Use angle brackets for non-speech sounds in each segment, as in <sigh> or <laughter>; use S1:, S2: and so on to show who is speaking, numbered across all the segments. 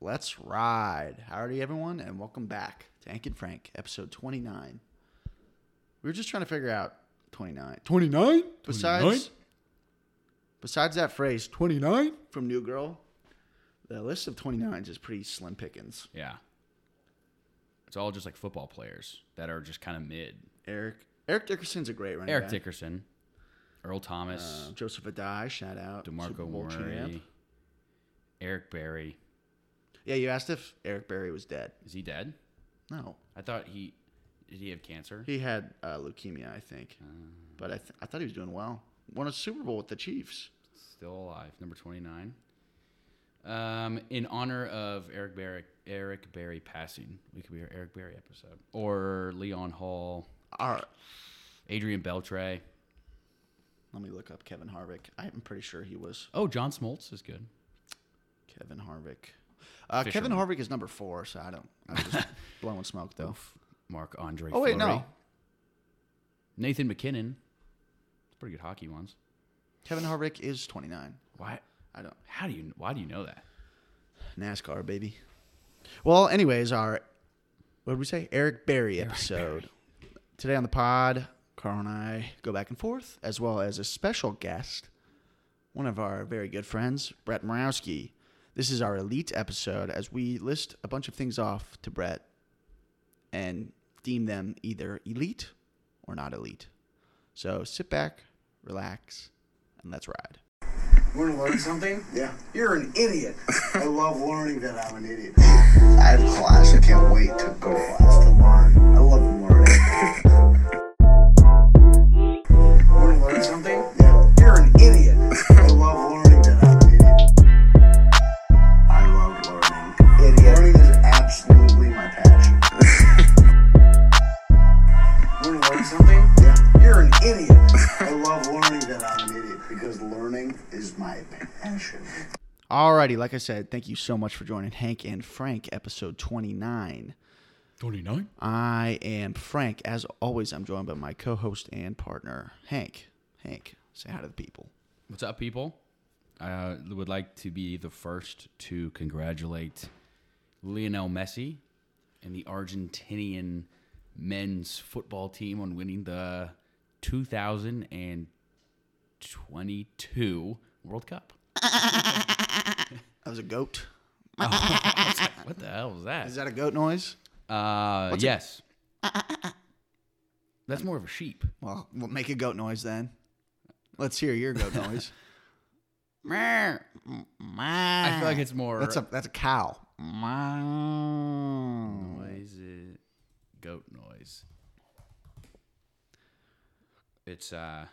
S1: Let's ride. Howdy, everyone, and welcome back to Ank and Frank, episode 29. We were just trying to figure out 29. 29? Besides,
S2: 29?
S1: besides that phrase, 29 from New Girl, the list of 29s is pretty slim pickings.
S2: Yeah. It's all just like football players that are just kind of mid.
S1: Eric Eric Dickerson's a great running
S2: Eric
S1: back.
S2: Dickerson, Earl Thomas,
S1: Uh, Joseph Adai, shout out. Super
S2: DeMarco
S1: Bowl champ.
S2: Murray, Eric Berry.
S1: Yeah, you asked if Eric Berry was dead.
S2: Is he dead?
S1: No.
S2: I thought he did he have cancer?
S1: He had uh, leukemia, I think.
S2: Uh.
S1: But I, th- I thought he was doing well. Won a Super Bowl with the Chiefs.
S2: Still alive. Number 29. Um, in honor of Eric Berry, Eric Berry passing, we could be our Eric Berry episode or Leon Hall,
S1: Our,
S2: Adrian Beltre.
S1: let me look up Kevin Harvick. I'm pretty sure he was
S2: Oh, John Smoltz is good.
S1: Kevin Harvick. Uh, Kevin
S2: Fisherman.
S1: Harvick is number four, so I don't. I'm <laughs> just blowing smoke, though.
S2: Mark Andre.
S1: Oh, wait,
S2: Fleury.
S1: no.
S2: Nathan McKinnon. Pretty good hockey ones.
S1: Kevin Harvick is 29.
S2: Why?
S1: I don't.
S2: How do you? Why do you know that?
S1: NASCAR, baby. Well, anyways, our what did we say? Eric Berry episode. Today on the pod, Carl and I go back and forth, as well as a special guest, one of our very good friends, Brett Morawski. This is our elite episode as we list a bunch of things off to Brett and deem them either elite or not elite. So sit back, relax, and let's ride.
S3: You want to learn something?
S4: Yeah,
S3: You're an
S4: <laughs>
S3: idiot. I love learning that I'm an idiot.
S4: I have class. I can't wait to go to class to learn. I love learning.
S3: You want to learn something?
S4: Yeah,
S3: You're an
S4: <laughs>
S3: idiot. I love learning that I'm an idiot.
S4: I love learning. Idiot. Learning is absolutely my passion.
S3: You want to learn something?
S4: <laughs> Yeah,
S3: You're an
S4: <laughs>
S3: idiot. I love learning that I'm an idiot.
S4: because learning is my passion.
S1: Alrighty, like I said, thank you so much for joining Hank and Frank, episode 29.
S2: 29?
S1: I am Frank. As always, I'm joined by my co host and partner, Hank. Hank, say hi to the people.
S2: What's up, people? I uh, would like to be the first to congratulate Lionel Messi and the Argentinian men's football team on winning the 2022 World Cup.
S1: That was a goat.
S2: What the hell was that?
S1: Is that a goat noise?
S2: Uh, yes.
S1: uh,
S2: That's more of a sheep.
S1: Well, we'll make a goat noise then. Let's hear your goat <laughs> noise. I
S2: I
S1: feel
S2: feel like it's more.
S1: Uh, that's a that's a cow. Mm.
S2: noise it goat noise it's uh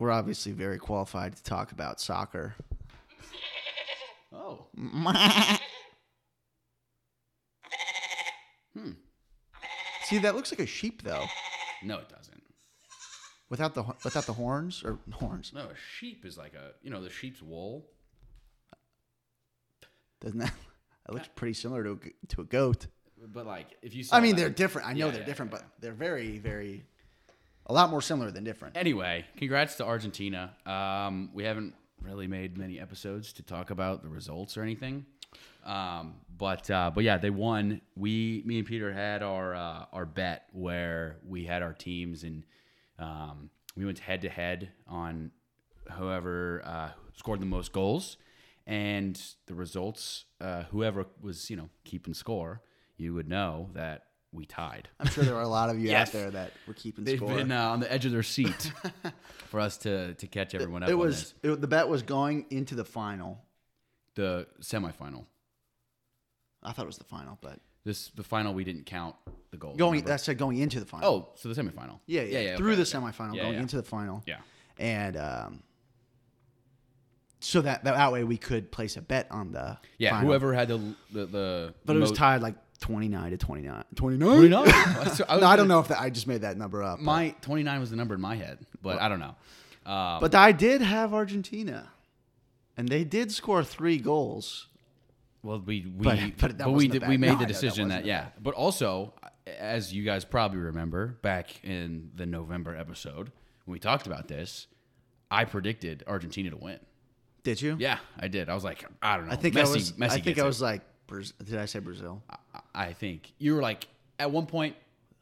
S1: We're obviously very qualified to talk about soccer.
S2: oh
S1: See, that looks like a sheep though,
S2: no it doesn't
S1: without the ho- without the horns or <laughs> horns.
S2: no a sheep is like a you know the sheep's wool
S1: Doesn't that? That looks pretty similar to a g to a goat.
S2: but like if you saw
S1: I mean,
S2: that-
S1: they're different. I know
S2: Yeah,
S1: they're
S2: yeah,
S1: different,
S2: yeah,
S1: but they're very, very, a lot more similar than different.
S2: anyway congrats to argentina um we haven't really made many episodes to talk about the results or anything um but uh but yeah they won we me and peter had our uh our bet where we had our teams and um we went head to head on whoever uh scored the most goals and the results uh whoever was you know keeping score you would know that we tied
S1: I'm sure there are a lot of you
S2: Yes.
S1: out there that were keeping
S2: They've
S1: score.
S2: been uh, on the edge of
S1: <laughs>
S2: their seat for us to to catch everyone up.
S1: it
S2: on
S1: was
S2: this.
S1: it, the bet was going into the final.
S2: the semifinal.
S1: I thought it was the final, but
S2: This the final we didn't count the goal.
S1: going
S2: remember?
S1: that said going into the final.
S2: oh, so the semifinal.
S1: yeah, yeah, through
S2: okay,
S1: the
S2: okay.
S1: semifinal,
S2: Yeah,
S1: going
S2: yeah.
S1: into the final,
S2: Yeah,
S1: and um, so that that way we could place a bet on the
S2: yeah.
S1: final.
S2: Whoever had the the, the
S1: But it was
S2: mo-
S1: tied like 29 to 29. 29. <laughs>
S2: Who knows? So I, was
S1: No, I
S2: gonna-
S1: don't know if that, I just made that number up. but-
S2: My twenty nine was the number in my head, but I don't know. Uh,
S1: But I did have Argentina, and they did score three goals.
S2: Well, we we
S1: But- <laughs>
S2: but,
S1: but that
S2: we
S1: wasn't a
S2: did,
S1: bad-
S2: we
S1: no,
S2: made
S1: I know
S2: the
S1: that
S2: decision
S1: wasn't
S2: that
S1: a
S2: yeah. But also, as you guys probably remember, back in the November episode when we talked about this, I predicted Argentina to win.
S1: Did you?
S2: Yeah, I did. I was like, I don't know.
S1: I think
S2: Messi,
S1: I was.
S2: Messi
S1: I think
S2: gets
S1: I
S2: it.
S1: was like Braz- did I say Brazil?
S2: I- I think you were like at one point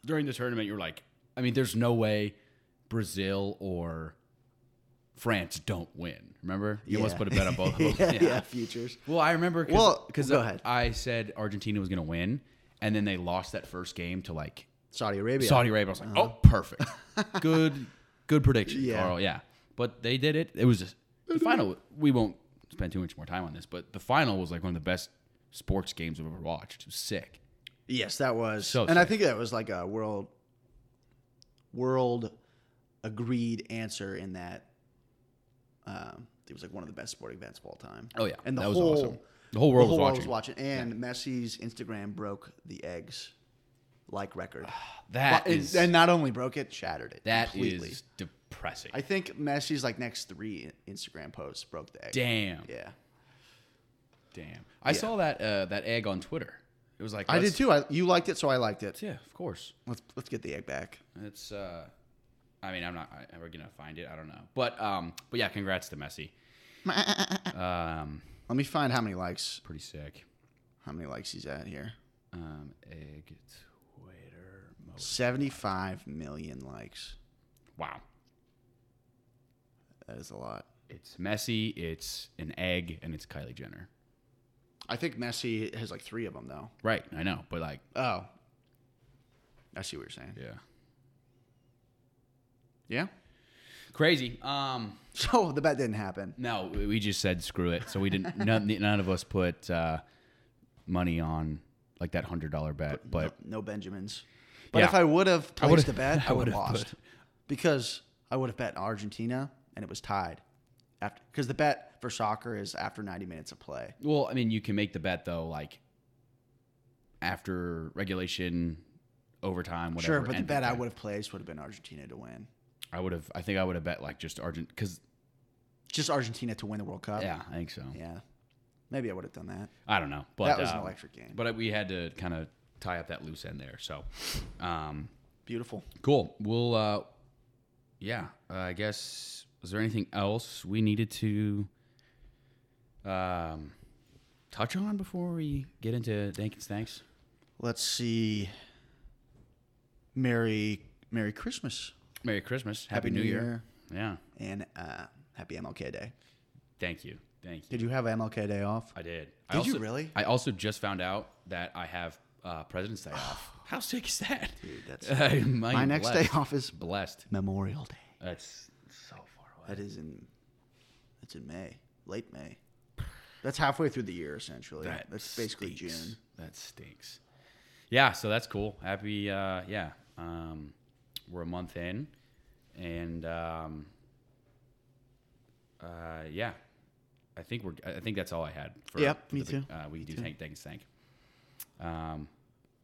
S2: during the tournament. You were like, I mean, there's no way Brazil or France don't win. Remember, you almost
S1: Yeah.
S2: put a bet on both.
S1: <laughs>
S2: of
S1: yeah,
S2: them.
S1: yeah, futures.
S2: Well, I remember because
S1: Well, uh, go ahead.
S2: I said Argentina was going to win, and then they lost that first game to like
S1: Saudi Arabia.
S2: Saudi Arabia. I was like, oh,
S1: <laughs>
S2: perfect, good, good prediction,
S1: Uh-huh. Yeah.
S2: Carl. Yeah, but they did it. It was just, the final. We won't spend too much more time on this, but the final was like one of the best sports games I've ever watched. It was sick.
S1: Yes, that was.
S2: So
S1: and I
S2: sick.
S1: think that was like a world world agreed answer in that um, it was like one of the best sporting events of all time.
S2: Oh, yeah.
S1: and the
S2: That was
S1: whole
S2: awesome. The whole world was
S1: was watching.
S2: watching.
S1: And Messi's Instagram broke the eggs like record,
S2: <sighs> That
S1: But it-
S2: is
S1: and not only broke it, shattered it
S2: that
S1: completely.
S2: is depressing.
S1: I think Messi's like next three Instagram posts broke the egg.
S2: damn,
S1: Yeah,
S2: damn. I saw that uh, that egg on Twitter. It was like
S1: I did
S2: let's-
S1: too. I, you liked it, so I liked it.
S2: Yeah, of course.
S1: Let's let's get the egg back.
S2: It's uh I mean, I'm not I, we're gonna find it. I don't know, but um, but yeah, congrats to Messi. um,
S1: Let me find how many likes
S2: pretty sick.
S1: how many likes he's at here.
S2: Um, egg Twitter. Mo-
S1: 75 million likes.
S2: wow,
S1: That is a lot.
S2: it's Messi. It's an egg, and it's Kylie Jenner.
S1: I think Messi has like three of them, though.
S2: Right, I know, but like,
S1: Oh. I see what you're saying.
S2: yeah,
S1: Yeah. <laughs>
S2: crazy. Um,
S1: So the bet didn't happen.
S2: no, we we just said screw it, so we didn't. <laughs> none, none of us put uh, money on like that hundred dollar bet, but
S1: No, no Benjamins. But
S2: Yeah.
S1: if I would have
S2: I would've-
S1: placed a bet,
S2: <laughs> I
S1: I would have
S2: would've
S1: lost.
S2: put-
S1: Because I would have bet Argentina and it was tied. After Because the bet for soccer is after 90 minutes of play.
S2: Well, I mean, you can make the bet though, like after regulation, overtime, whatever.
S1: Sure, but the
S2: end
S1: bet I
S2: time.
S1: would have placed would have been Argentina to win.
S2: I would have. I think I would have bet like just Argent because
S1: Just Argentina to win the World Cup.
S2: yeah, I think so.
S1: Yeah. Maybe I would have done that.
S2: I don't know, but
S1: That was an
S2: uh,
S1: electric game.
S2: But we had to kind of tie up that loose end there. So, um,
S1: Beautiful.
S2: cool. We'll, uh, yeah. Uh, I guess was there anything else we needed to um, touch on before we get into Dankins thanks?
S1: Let's see. Merry Merry Christmas
S2: Merry Christmas, Happy,
S1: Happy
S2: New,
S1: New
S2: Year. Yeah.
S1: and uh, happy MLK Day.
S2: Thank you. Thank you.
S1: Did you have MLK Day off?
S2: I did. I
S1: Did you
S2: also-
S1: really?
S2: I also just found out that I have uh, President's Day
S1: <sighs>
S2: off. How sick is that? Dude,
S1: that's-
S2: <laughs> my,
S1: My next day off is
S2: Blessed.
S1: Memorial Day.
S2: That's so far away.
S1: That is in that's in May, late May. That's halfway through the year essentially. that's basically
S2: stinks.
S1: June.
S2: That stinks. Yeah, so that's cool. Happy, uh, yeah. Um, we're a month in, and um, uh, yeah, I think we're. I think that's all I had. For,
S1: Yep,
S2: for
S1: me
S2: the-
S1: too.
S2: Uh, we do thank, thanks, thank. Um,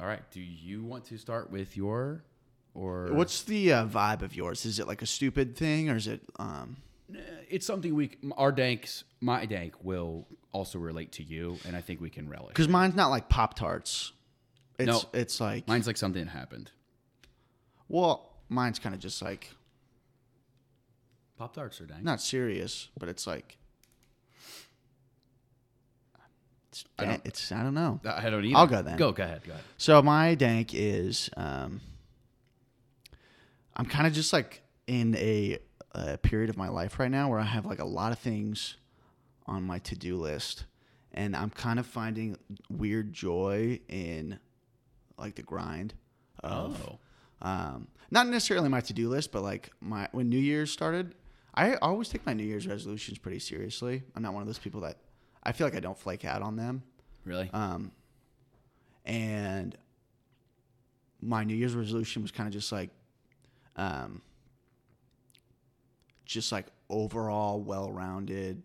S2: all right. Do you want to start with your or
S1: What's the uh, vibe of yours? Is it like a stupid thing or is it um
S2: It's something we c- our danks, my dank will also relate to you, and I think we can relish.
S1: cuz mine's not like Pop Tarts. It's
S2: No.
S1: it's like
S2: Mine's like something that happened.
S1: well, mine's kind of just like
S2: Pop tarts are dank.
S1: not serious, but it's like it's
S2: I don't-
S1: it's I don't know.
S2: Uh, I don't either.
S1: I'll go then.
S2: Go, go ahead, go ahead.
S1: So my dank is um, I'm kind of just like in a, a period of my life right now where I have like a lot of things on my to do list, and I'm kind of finding weird joy in like the grind of
S2: Oh,
S1: um, not necessarily my to do list, but like my when New Year's started, I always take my New Year's resolutions pretty seriously. I'm not one of those people that I feel like I don't flake out on them.
S2: really?
S1: Um, and my New Year's resolution was kind of just like, um, just like overall well rounded,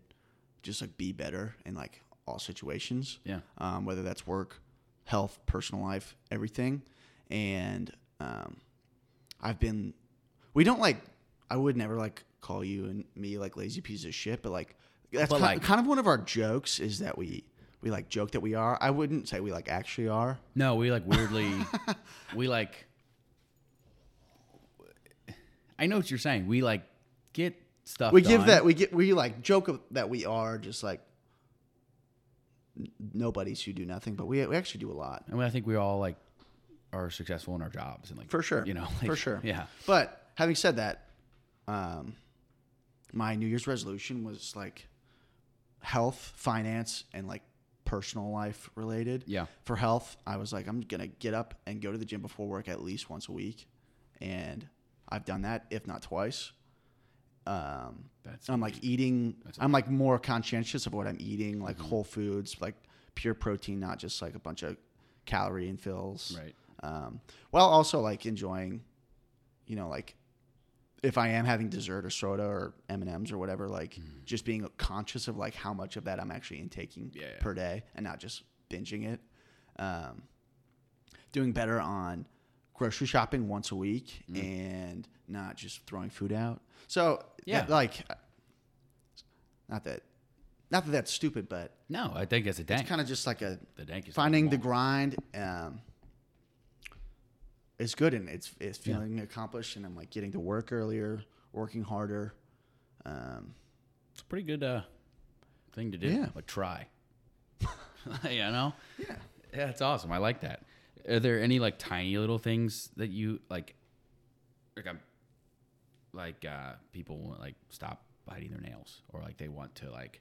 S1: just like be better in like all situations
S2: yeah.
S1: um, whether that's work, health, personal life, everything. And um, I've been, we don't like, I would never like call you and me like lazy pieces of shit, but like that's
S2: But,
S1: ki-
S2: like-
S1: kind of one of our jokes is that we we like joke that we are. I wouldn't say we like actually are.
S2: No, we
S1: <laughs>
S2: like weirdly, we like. I know what you're saying. We like get stuff.
S1: We give
S2: done.
S1: that we get we like joke of- that we are just like nobodies who do nothing, but we, we actually do a lot.
S2: And I think we all like are successful in our jobs and like
S1: For sure.
S2: you know, like,
S1: for sure.
S2: yeah.
S1: But having said that, um, my New Year's resolution was like health, finance, and like personal life related.
S2: Yeah.
S1: For health, I was like, I'm gonna get up and go to the gym before work at least once a week, and I've done that if not twice. Um,
S2: That's
S1: I'm like eating.
S2: a
S1: I'm like more conscientious of what I'm eating, like
S2: Mm-hmm.
S1: whole foods, like pure protein, not just like a bunch of calorie infills
S2: Right.
S1: um, while also like enjoying, you know, like if I am having dessert or soda or M and M's or whatever, like
S2: Mm.
S1: just being conscious of like how much of that I'm actually intaking
S2: Yeah, yeah.
S1: per day and not just binging it. Um, doing better on grocery shopping once a week
S2: Mm.
S1: and not just throwing food out. So
S2: Yeah.
S1: that, like, not that, not that that's stupid, but
S2: No, I think it's a dank.
S1: it's kind of just like a
S2: the dank is
S1: finding the
S2: normal.
S1: grind um, is good and it's it's feeling accomplished and I'm like getting to work earlier, working harder. Um,
S2: It's a pretty good uh, thing to do.
S1: Yeah.
S2: But try. <laughs> you know?
S1: yeah.
S2: Yeah, it's awesome. I like that. Are there any like tiny little things that you like? Like I'm, like uh, people want like stop biting their nails or like they want to like.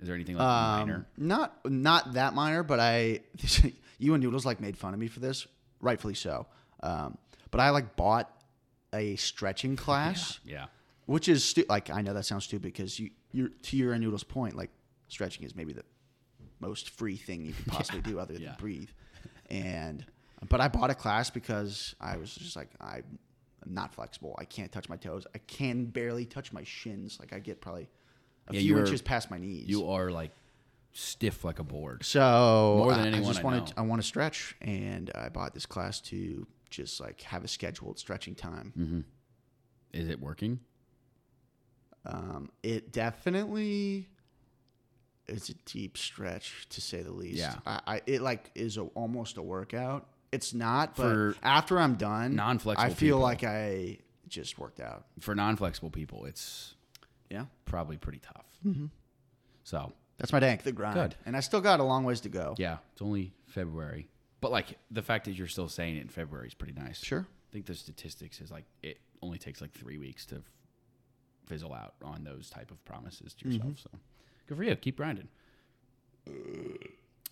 S2: Is there anything like
S1: Um,
S2: minor?
S1: not not that minor, but I <laughs> you and Noodles like made fun of me for this, rightfully so. Um, but I like bought a stretching class,
S2: Yeah.
S1: which is stu- like I know that sounds stupid because you you're to your and Noodles point, like stretching is maybe the most free thing
S2: <laughs>
S1: you could possibly do other than
S2: yeah.
S1: breathe. And but I bought a class because I was just like I'm not flexible. I can't touch my toes. I can barely touch my shins. Like I get probably a
S2: Yeah,
S1: few
S2: you're-
S1: inches past my knees.
S2: You are like stiff like a board.
S1: so
S2: More than
S1: I- I
S2: anyone
S1: just
S2: I
S1: wanted I
S2: know.
S1: want to stretch, and I bought this class to just like have a scheduled stretching time.
S2: Is it working?
S1: Um, it definitely is a deep stretch to say the least.
S2: Yeah.
S1: I, I it like is a, almost a workout. It's not, but
S2: For
S1: after I'm done,
S2: non-flexible
S1: I feel
S2: people.
S1: like I just worked out.
S2: For non-flexible people, it's
S1: Yeah,
S2: probably pretty tough.
S1: Mm-hmm.
S2: So
S1: that's my dank, the grind,
S2: Good.
S1: and I still got a long ways to go.
S2: yeah, it's only February, but like the fact that you're still saying it in February is pretty nice.
S1: Sure.
S2: I think the statistics is like it only takes like three weeks to f- fizzle out on those type of promises to yourself.
S1: Mm-hmm.
S2: So good for you. Keep grinding.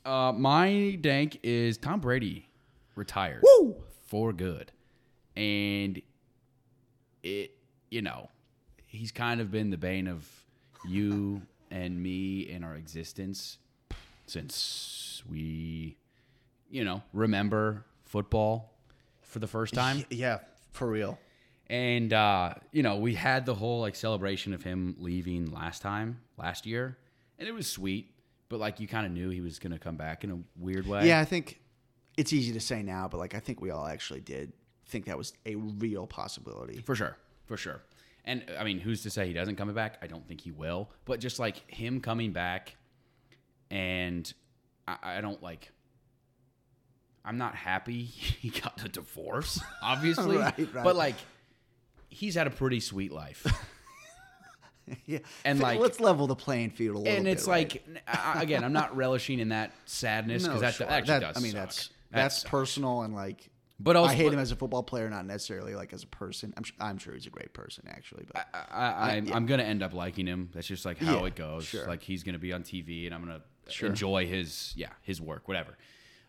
S2: Uh, my dank is Tom Brady retired
S1: Woo!
S2: for good, and it you know he's kind of been the bane of you <laughs> and me and our existence since we you know remember football for the first time
S1: Y- yeah, for real.
S2: and uh, you know, we had the whole like celebration of him leaving last time, last year, and it was sweet. But like, you kind of knew he was gonna come back in a weird way.
S1: Yeah, I think it's easy to say now, but like I think we all actually did think that was a real possibility.
S2: for sure, for sure. And I mean, who's to say he doesn't come back? I don't think he will. But just like him coming back, and I, I don't like. I'm not happy <laughs> he got the divorce, obviously.
S1: <laughs> Right, right.
S2: But like, he's had a pretty sweet life.
S1: yeah, <laughs>
S2: And, like-
S1: let's level the playing field a little bit.
S2: and it's
S1: right?
S2: like n- I- I- again i'm not <laughs> relishing in that sadness because that
S1: sure.
S2: actually
S1: That-
S2: does
S1: I mean,
S2: suck.
S1: that's
S2: That
S1: that's
S2: sucks.
S1: personal and like.
S2: but also
S1: I hate him as a football player, not necessarily like as a person. I'm sure, I'm sure he's a great person, actually. But
S2: I, am I'm gonna end up liking him that's just like how
S1: Yeah,
S2: it goes
S1: sure.
S2: like he's gonna be on tv and i'm gonna enjoy his yeah his work whatever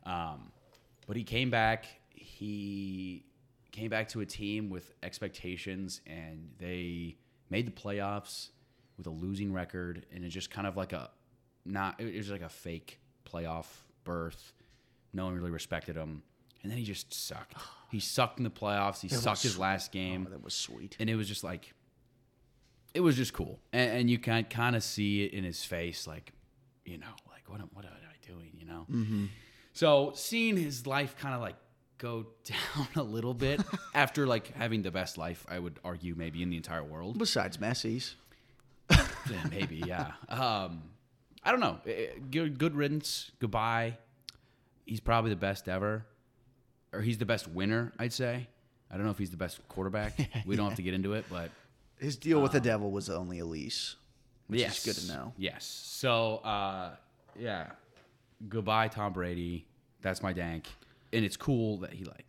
S2: um, but he came back he came back to a team with expectations and they made the playoffs with a losing record and it just kind of like a not it was like a fake playoff berth no one really respected him and then he just
S1: <sighs>
S2: sucked he sucked in the playoffs he sucked his last game
S1: Oh, that was sweet.
S2: and it was just like it was just cool and, and you can kind of see it in his face like you know like what am, what am i doing you know so seeing his life kind of like go <laughs> down a little bit after like having the best life i would argue maybe in the
S1: <laughs>
S2: entire world
S1: Besides Messi's,
S2: Yeah, maybe yeah um i don't know Eh, good, good riddance goodbye he's probably the best ever or he's the best winner i'd say i don't know if he's the best quarterback we don't have to get into it but
S1: his deal with the devil was only a lease, which
S2: Um,
S1: is
S2: Yes.
S1: good to know.
S2: Yes. So, uh, yeah, goodbye Tom Brady. That's my dank, and it's cool that he like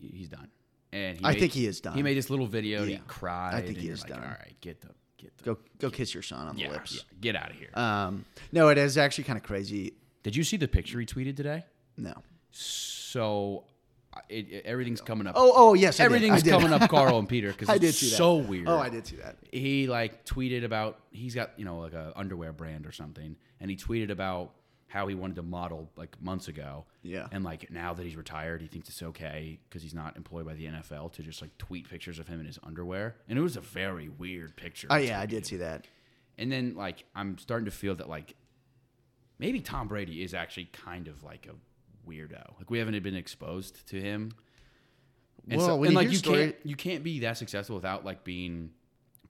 S2: he- he's done. And he
S1: I think he is done.
S2: He made this little video and he
S1: Yeah.
S2: cried.
S1: I think
S2: and
S1: he
S2: you're
S1: is
S2: like,
S1: done.
S2: All right, get the get the
S1: Go go kiss your son on the
S2: yeah,
S1: lips.
S2: yeah, get out of here.
S1: Um, no, it is actually kind of crazy.
S2: Did you see the picture he tweeted today?
S1: No.
S2: So it, it- everything's coming up.
S1: Oh, oh yes, I did. I
S2: everything's
S1: did. <laughs>
S2: coming up Carl and Peter because
S1: I did
S2: it's
S1: see that.
S2: so weird.
S1: Oh, I did see that.
S2: he like tweeted about he's got you know like a underwear brand or something and he tweeted about how he wanted to model like months ago
S1: Yeah.
S2: and like now that he's retired he thinks it's okay because he's not employed by the nfl to just like tweet pictures of him in his underwear and it was a very weird picture
S1: Oh yeah, I did see that.
S2: and then like i'm starting to feel that like maybe tom brady is actually kind of like a weirdo like we haven't been exposed to him and
S1: Well,
S2: so,
S1: when you
S2: and like
S1: hear
S2: you
S1: story-
S2: can't you can't be that successful without like being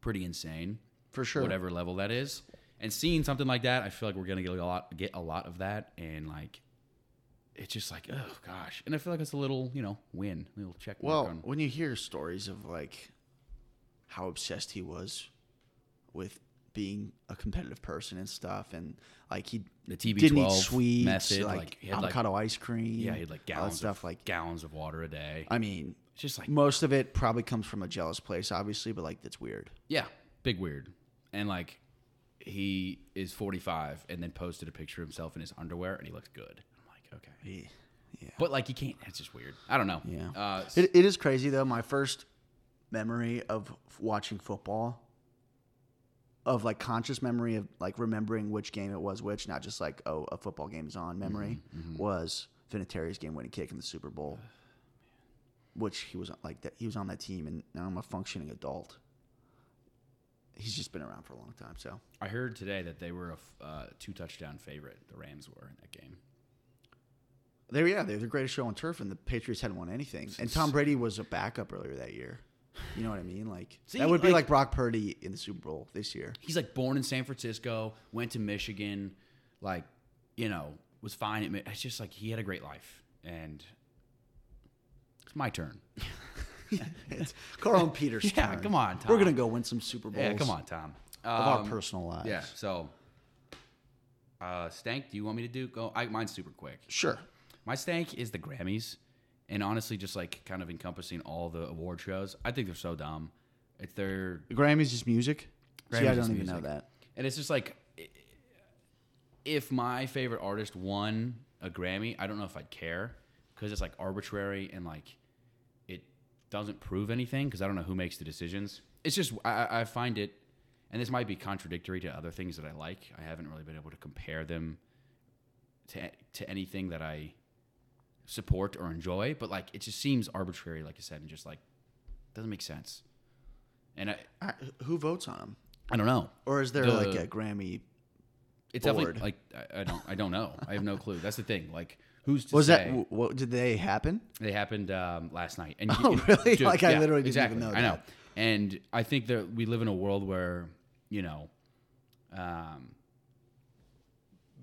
S2: pretty insane
S1: For sure.
S2: whatever level that is. And seeing something like that, I feel like we're gonna get a lot get a lot of that, and like it's just like oh gosh, and I feel like it's a little you know win, a little check. mark
S1: Well,
S2: on-
S1: when you hear stories of like how obsessed he was with being a competitive person and stuff, and like he
S2: The
S1: didn't eat
S2: TB12
S1: sweets,
S2: E method,
S1: like,
S2: like, he had, like-
S1: avocado ice cream,
S2: yeah, he had like
S1: all that
S2: gallons
S1: stuff.
S2: of, <laughs>
S1: like,
S2: gallons of water a day.
S1: I mean,
S2: it's just like
S1: most of it probably comes from a jealous place, obviously, but like that's weird.
S2: yeah, big weird, and like he is 45 and then posted a picture of himself in his underwear and he looked good. I'm like okay,
S1: Yeah.
S2: but like you can't. That's just weird. I don't know.
S1: Yeah.
S2: uh,
S1: It, it is crazy though. My first memory of f- watching football, of like conscious memory of like remembering which game it was which, not just like oh a football game is on memory, was Vinatieri's game winning kick in the Super Bowl, which he was on- like that he was on that team, and now I'm a functioning adult. He's just been around for a long time, so
S2: I heard today that they were a f- uh, two touchdown favorite. The Rams were in that game.
S1: they yeah they're the greatest show on turf, and the Patriots hadn't won anything, and Tom Brady was a backup earlier that year. You know what I mean? Like
S2: <laughs> See,
S1: that would be
S2: like-
S1: like Brock Purdy in the Super Bowl this
S2: <laughs>
S1: year.
S2: he's like born in San Francisco, went to Michigan, like you know was fine. At, Mi- it's just like he had a great life, and it's my turn.
S1: <laughs> It's Carl and Peter's
S2: Yeah,
S1: turn.
S2: come on, Tom.
S1: We're gonna go win some Super Bowls.
S2: Yeah, come on, Tom.
S1: Of our
S2: Um,
S1: personal lives.
S2: Yeah. So, uh, stank. Do you want me to do? Go. I, mine's super quick.
S1: Sure.
S2: My stank is the Grammys, and honestly, just like kind of encompassing all the award shows. I think they're so dumb. It's their
S1: The Grammys just music.
S2: Grammys
S1: See, I
S2: is
S1: don't even know
S2: music.
S1: that.
S2: And it's just like, i- if my favorite artist won a Grammy, I don't know if I'd care because it's like arbitrary and like it doesn't prove anything because I don't know who makes the decisions. It's just, I- I, I find it, and this might be contradictory to other things that I like. I haven't really been able to compare them to, to anything that I support or enjoy, but like it just seems arbitrary, like I said, and just like doesn't make sense. And I,
S1: I, who votes on them?
S2: I don't know.
S1: Or is there
S2: The-
S1: like a Grammy?
S2: It's
S1: bored.
S2: definitely like I, I don't I don't know. I have no clue. That's the thing. Like who's to
S1: Was that
S2: say?
S1: wh- what? Did they happen?
S2: they happened um, last night.
S1: <laughs>
S2: And
S1: Oh, really? Like, I literally didn't even
S2: exactly.
S1: know
S2: I know.
S1: that.
S2: And I think that we live in a world where you know, um,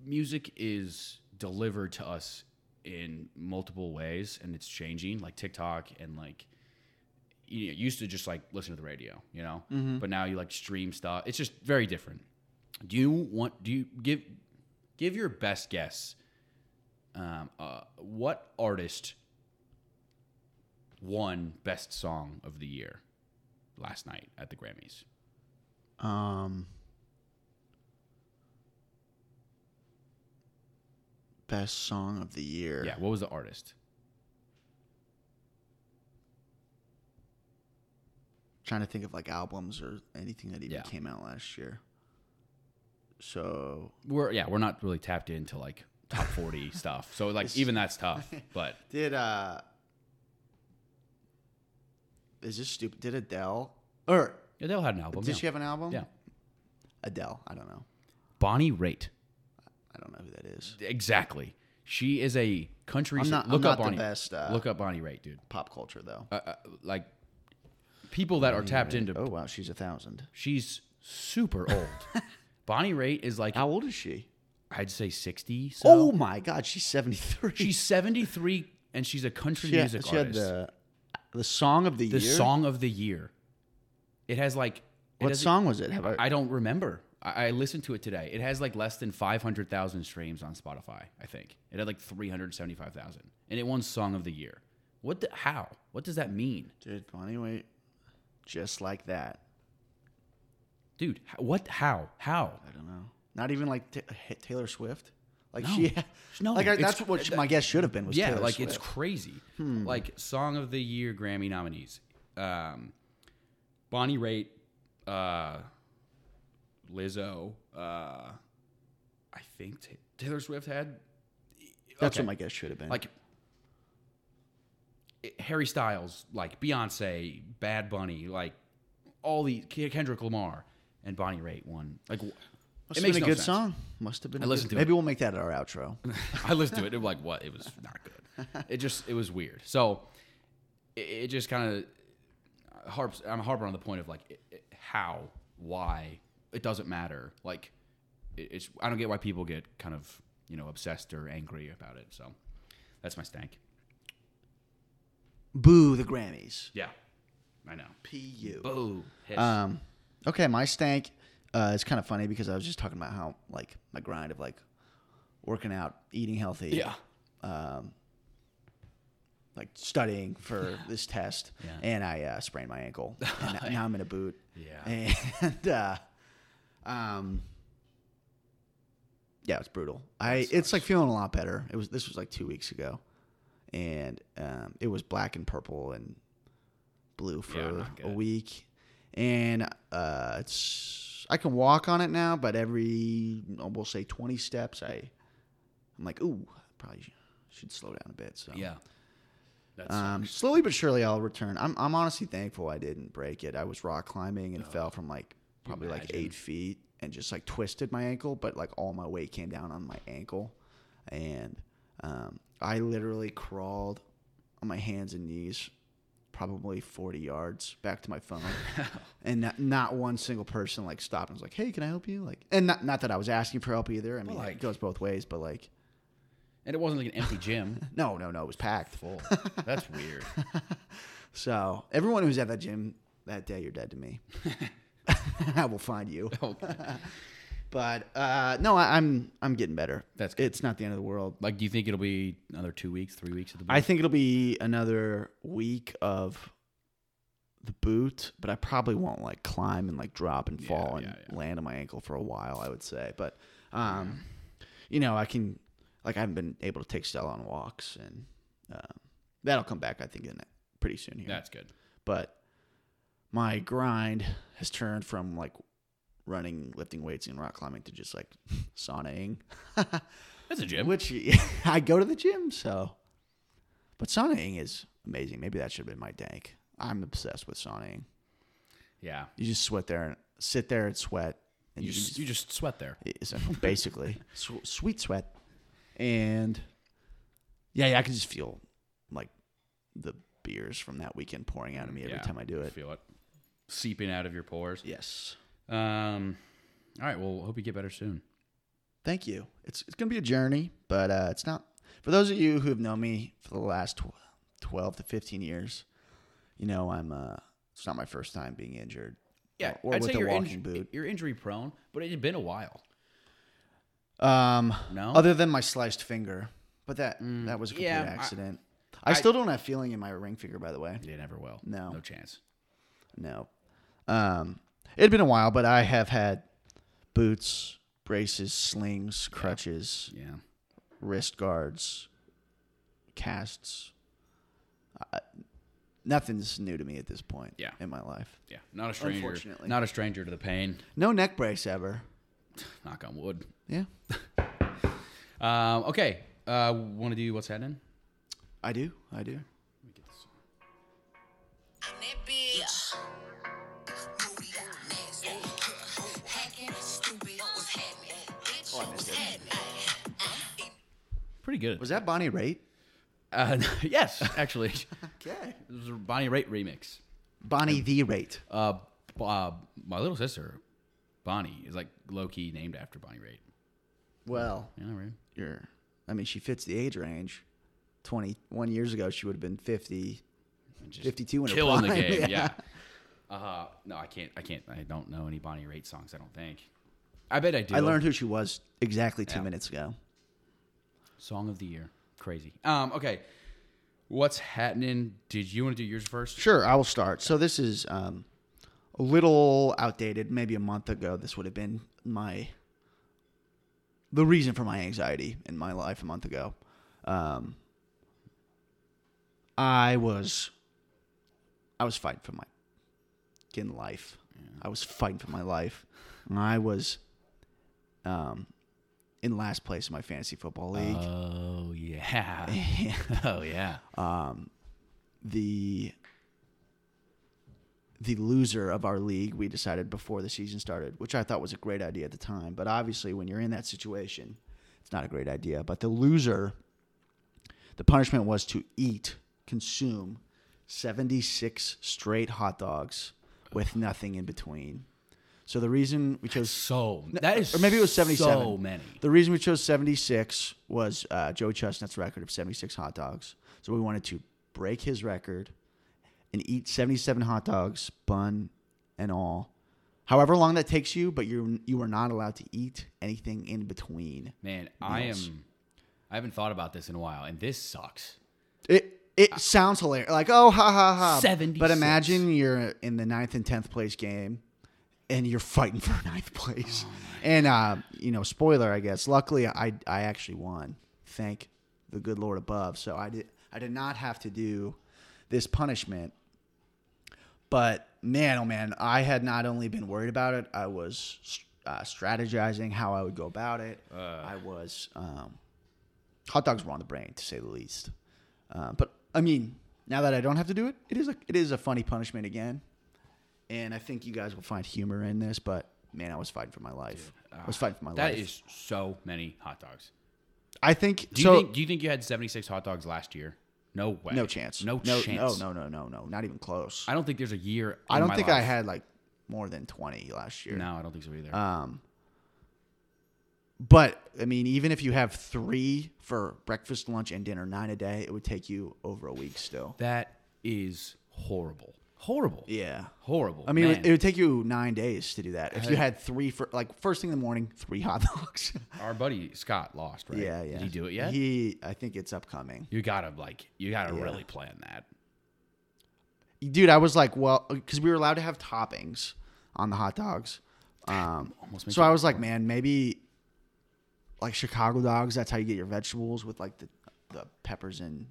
S2: music is delivered to us in multiple ways, and it's changing. Like TikTok and like you know, used to just like listen to the radio, you know,
S1: Mm-hmm.
S2: but now you like stream stuff. It's just very different. Do you want? Do you give give your best guess? Um, uh, what artist won best song of the year last night at the Grammys?
S1: Um, best song of the year.
S2: Yeah, what was the artist?
S1: trying to think of like albums or anything that even
S2: Yeah.
S1: came out last year. So
S2: We're yeah, we're not really tapped into like top
S1: <laughs>
S2: forty stuff, so like even that's tough. But
S1: did uh is this stupid? Did Adele or
S2: Adele had an album.
S1: did
S2: yeah.
S1: she have an album?
S2: Yeah.
S1: Adele. I don't know.
S2: Bonnie Raitt.
S1: I don't know who that is.
S2: Exactly. She is a country.
S1: I'm
S2: si-
S1: not- I'm
S2: look
S1: not
S2: up
S1: the
S2: Bonnie.
S1: best, uh,
S2: look up Bonnie Raitt, dude.
S1: Pop culture though.
S2: Uh, uh, like people that are tapped into.
S1: Oh wow, she's a thousand.
S2: She's super
S1: <laughs>
S2: old. Bonnie Raitt is like
S1: How old is she?
S2: I'd say sixty. So.
S1: Oh my god, she's seventy three.
S2: She's 73 and she's a country
S1: she had,
S2: music
S1: she had
S2: artist.
S1: the the song of the,
S2: the
S1: year.
S2: song of the year. It has like it
S1: What
S2: doesn't-
S1: song was it? Have I,
S2: I don't remember. I, I listened to it today. It has like less than five hundred thousand streams on Spotify. I think it had like three hundred seventy-five thousand, and it won Song of the Year. What? The, how? What does that mean,
S1: Dude, Bonnie Wait, just like that.
S2: dude? h- What? How? How?
S1: I don't know. Not even like Ta hit Taylor Swift. Like
S2: No.
S1: she, <laughs>
S2: No,
S1: like I,
S2: it's-
S1: that's what my guess should have been. Was
S2: yeah,
S1: Taylor
S2: like
S1: Swift. Hmm.
S2: it's crazy. Like Song of the Year Grammy nominees: um, Bonnie Raitt, uh, Lizzo. Uh, I think Ta- Taylor Swift had.
S1: that's
S2: okay.
S1: what my guess should have been.
S2: like it- Harry Styles, like Beyonce, Bad Bunny, like all the Ke- Kendrick Lamar and Bonnie Raitt won. Like wh-
S1: must have been a
S2: no
S1: good
S2: sense.
S1: song. Must have been.
S2: I
S1: a good-
S2: listened to it.
S1: Maybe we'll make that our outro.
S2: <laughs> I listened to it. It was like what? It was not
S1: <laughs>
S2: good. It just it was weird. So it, it just kind of harps. I'm harping on the point of like it, it- how, why it doesn't matter. Like it, it's I don't get why people get kind of you know obsessed or angry about it. So that's my stank.
S1: Boo the Grammys.
S2: Yeah, I know.
S1: Pu.
S2: Boo. Hiss.
S1: Um, okay, my stank. Uh, it's kind of funny because I was just talking about how like my grind of like working out, eating healthy,
S2: yeah.
S1: like studying
S2: <laughs>
S1: for this test,
S2: Yeah.
S1: and I uh, sprained my
S2: <laughs>
S1: ankle. And now- now I'm in a boot.
S2: Yeah.
S1: and <laughs> uh, um, yeah, it's brutal. I it's like feeling a lot better. It was this was like two weeks ago, and um, it was black and purple and blue for
S2: not
S1: a
S2: good.
S1: week, and uh, it's I can walk on it now, but every we'll say twenty steps, I I'm like ooh, probably sh- should slow down a bit. So
S2: Yeah. That's
S1: um, slowly but surely, I'll return. I'm, I'm honestly thankful I didn't break it. I was rock climbing and fell from like probably like
S2: Oh. Imagine.
S1: eight feet and just like twisted my ankle, but like all my weight came down on my ankle. And um, I literally crawled on my hands and knees probably 40 yards back to my
S2: <laughs>
S1: phone and not, not one single person like stopped and was like hey can i help you like and not, not that i was asking for help either i mean
S2: like-
S1: it goes both ways but like
S2: and it wasn't like an empty
S1: <laughs>
S2: gym.
S1: no no no it was packed
S2: Full.
S1: <laughs>
S2: That's weird.
S1: So everyone who's at that gym that day, you're dead to
S2: <laughs>
S1: me. <laughs> I will find you.
S2: Okay.
S1: But uh, no, I, I'm I'm getting better.
S2: That's good.
S1: it's not the end of the world.
S2: Like, do you think it'll be another two weeks, three weeks at the?
S1: I think it'll be another week of the boot, but I probably won't like climb and like drop and fall and
S2: yeah, yeah.
S1: land on my ankle for a while. I would say, but um, you know, I can like I haven't been able to take Stella on walks, and uh, that'll come back. I think in pretty soon here.
S2: That's good.
S1: but my grind has turned from like running, lifting weights, and rock climbing to just like <laughs> saunaing,
S2: That's a gym.
S1: which <laughs> I go to the gym. So, but saunaing is amazing. Maybe that should have been my dank. I'm obsessed with saunaing.
S2: yeah.
S1: You just sweat there and sit there and sweat. And
S2: You
S1: you,
S2: just, you just sweat there.
S1: <laughs> it's like, basically
S2: <laughs>
S1: sw- sweet sweat and yeah, yeah i can just feel like the beers from that weekend pouring out of me every
S2: Yeah.
S1: time i do it
S2: Feel it seeping out of your pores.
S1: yes
S2: Um. All right. Well, hope you get better soon.
S1: Thank you. It's it's gonna be a journey, but uh, it's not for those of you who have known me for the last tw- twelve to fifteen years. You know, I'm. Uh, it's not my first time being injured. or, or with a
S2: you're,
S1: walking
S2: inj-
S1: boot.
S2: you're injury prone, but it had been a while.
S1: Um,
S2: No?
S1: Other than my sliced finger, but that that was a complete
S2: Mm, yeah, I-
S1: accident. I, still don't have feeling in my ring finger, by the way.
S2: You never will.
S1: No.
S2: No chance.
S1: No. Um, it had been a while, but I have had boots, braces, slings, crutches.
S2: Yeah.
S1: wrist guards, casts. I, nothing's new to me at this point
S2: Yeah.
S1: in my life.
S2: Yeah. Not a stranger.
S1: Unfortunately.
S2: Not a stranger to the pain.
S1: No neck brace ever.
S2: Knock on wood.
S1: Yeah,
S2: Um. Okay. Uh. Want to do what's happening?
S1: I do. I do.
S2: Pretty good.
S1: Was that Bonnie Raitt?
S2: Uh, <laughs> yes, actually. <laughs>
S1: Okay.
S2: It was a Bonnie Raitt remix.
S1: Bonnie the Raitt.
S2: Uh, b- uh, my little sister, Bonnie, is like low key named after Bonnie Raitt.
S1: Well,
S2: Yeah, right.
S1: you're. I mean, she fits the age range. 21 years ago, she would have been 50.
S2: And just
S1: 52 in her
S2: killing the
S1: prime, <laughs>
S2: game. Uh-huh.
S1: yeah.
S2: Yeah. Uh, no, I can't. I can't. I don't know any Bonnie Raitt songs. I don't think. I bet I do.
S1: I learned who she was exactly two minutes ago.
S2: Song of the year. Crazy. Um, okay. What's happening? Did you want to do yours first?
S1: Sure, I will start. So this is um, a little outdated. Maybe a month ago, this would have been my the reason for my anxiety in my life a month ago. Um, I was I was fighting for my fucking life. I was fighting for my life. And I was um, in last place in my fantasy football league.
S2: Oh yeah. <laughs> oh yeah.
S1: the the loser of our league we decided before the season started, which I thought was a great idea at the time. But obviously, when you're in that situation, it's not a great idea. But the loser, the punishment was to eat, consume 76 straight hot dogs with nothing in between. So the reason we chose
S2: so that is
S1: uh, or maybe it was 77.
S2: So many.
S1: The reason we chose 76 was uh, Joey Chestnut's record of 76 hot dogs. So we wanted to break his record and eat 77 hot dogs, bun and all. However long that takes you, but you you are not allowed to eat anything in between.
S2: Man, I
S1: Meals.
S2: am. I haven't thought about this in a while, and this sucks.
S1: It it sounds hilarious, like oh ha ha ha.
S2: 76.
S1: But imagine you're in the ninth and tenth place game, and you're fighting <laughs> for ninth place. and uh, you know, spoiler, I guess. Luckily, I I actually won. Thank the good Lord above. So I did I did not have to do this punishment. But man, oh man, I had not only been worried about it, I was uh, strategizing how I would go about it. I was um, hot dogs were on the brain to say the least. Uh, but I mean, now that I don't have to do it, it is a it is a funny punishment again, and I think you guys will find humor in this. But man, I was fighting for my life. I was fighting for my
S2: uh, That
S1: life.
S2: is so many hot dogs.
S1: I think
S2: Do you
S1: so.
S2: think? Do you think you had seventy six hot dogs last year? No way.
S1: no chance.
S2: No,
S1: no
S2: chance.
S1: No, no, no, no, no. Not even close.
S2: I don't think there's a year.
S1: I,
S2: in
S1: don't
S2: my
S1: think I
S2: life-
S1: had like more than twenty last year.
S2: No, I don't think so either.
S1: Um, but I mean, even if you have three for breakfast, lunch, and dinner, nine a day, it would take you over a week still.
S2: that is horrible. Horrible.
S1: Yeah.
S2: Horrible.
S1: I mean, it
S2: Man.
S1: would, it would take you nine days to do that if you had three for like first thing in the morning, three hot dogs. <laughs>
S2: our buddy Scott lost, right?
S1: yeah, yeah.
S2: Did he do it yet?
S1: He, I think it's upcoming,
S2: you gotta like, you gotta
S1: Yeah.
S2: really plan that.
S1: dude. I was like, well, because we were allowed to have toppings on the hot dogs. Um,
S2: Almost makes
S1: so I was like, man, maybe like Chicago dogs. That's how you get your vegetables with like the the peppers and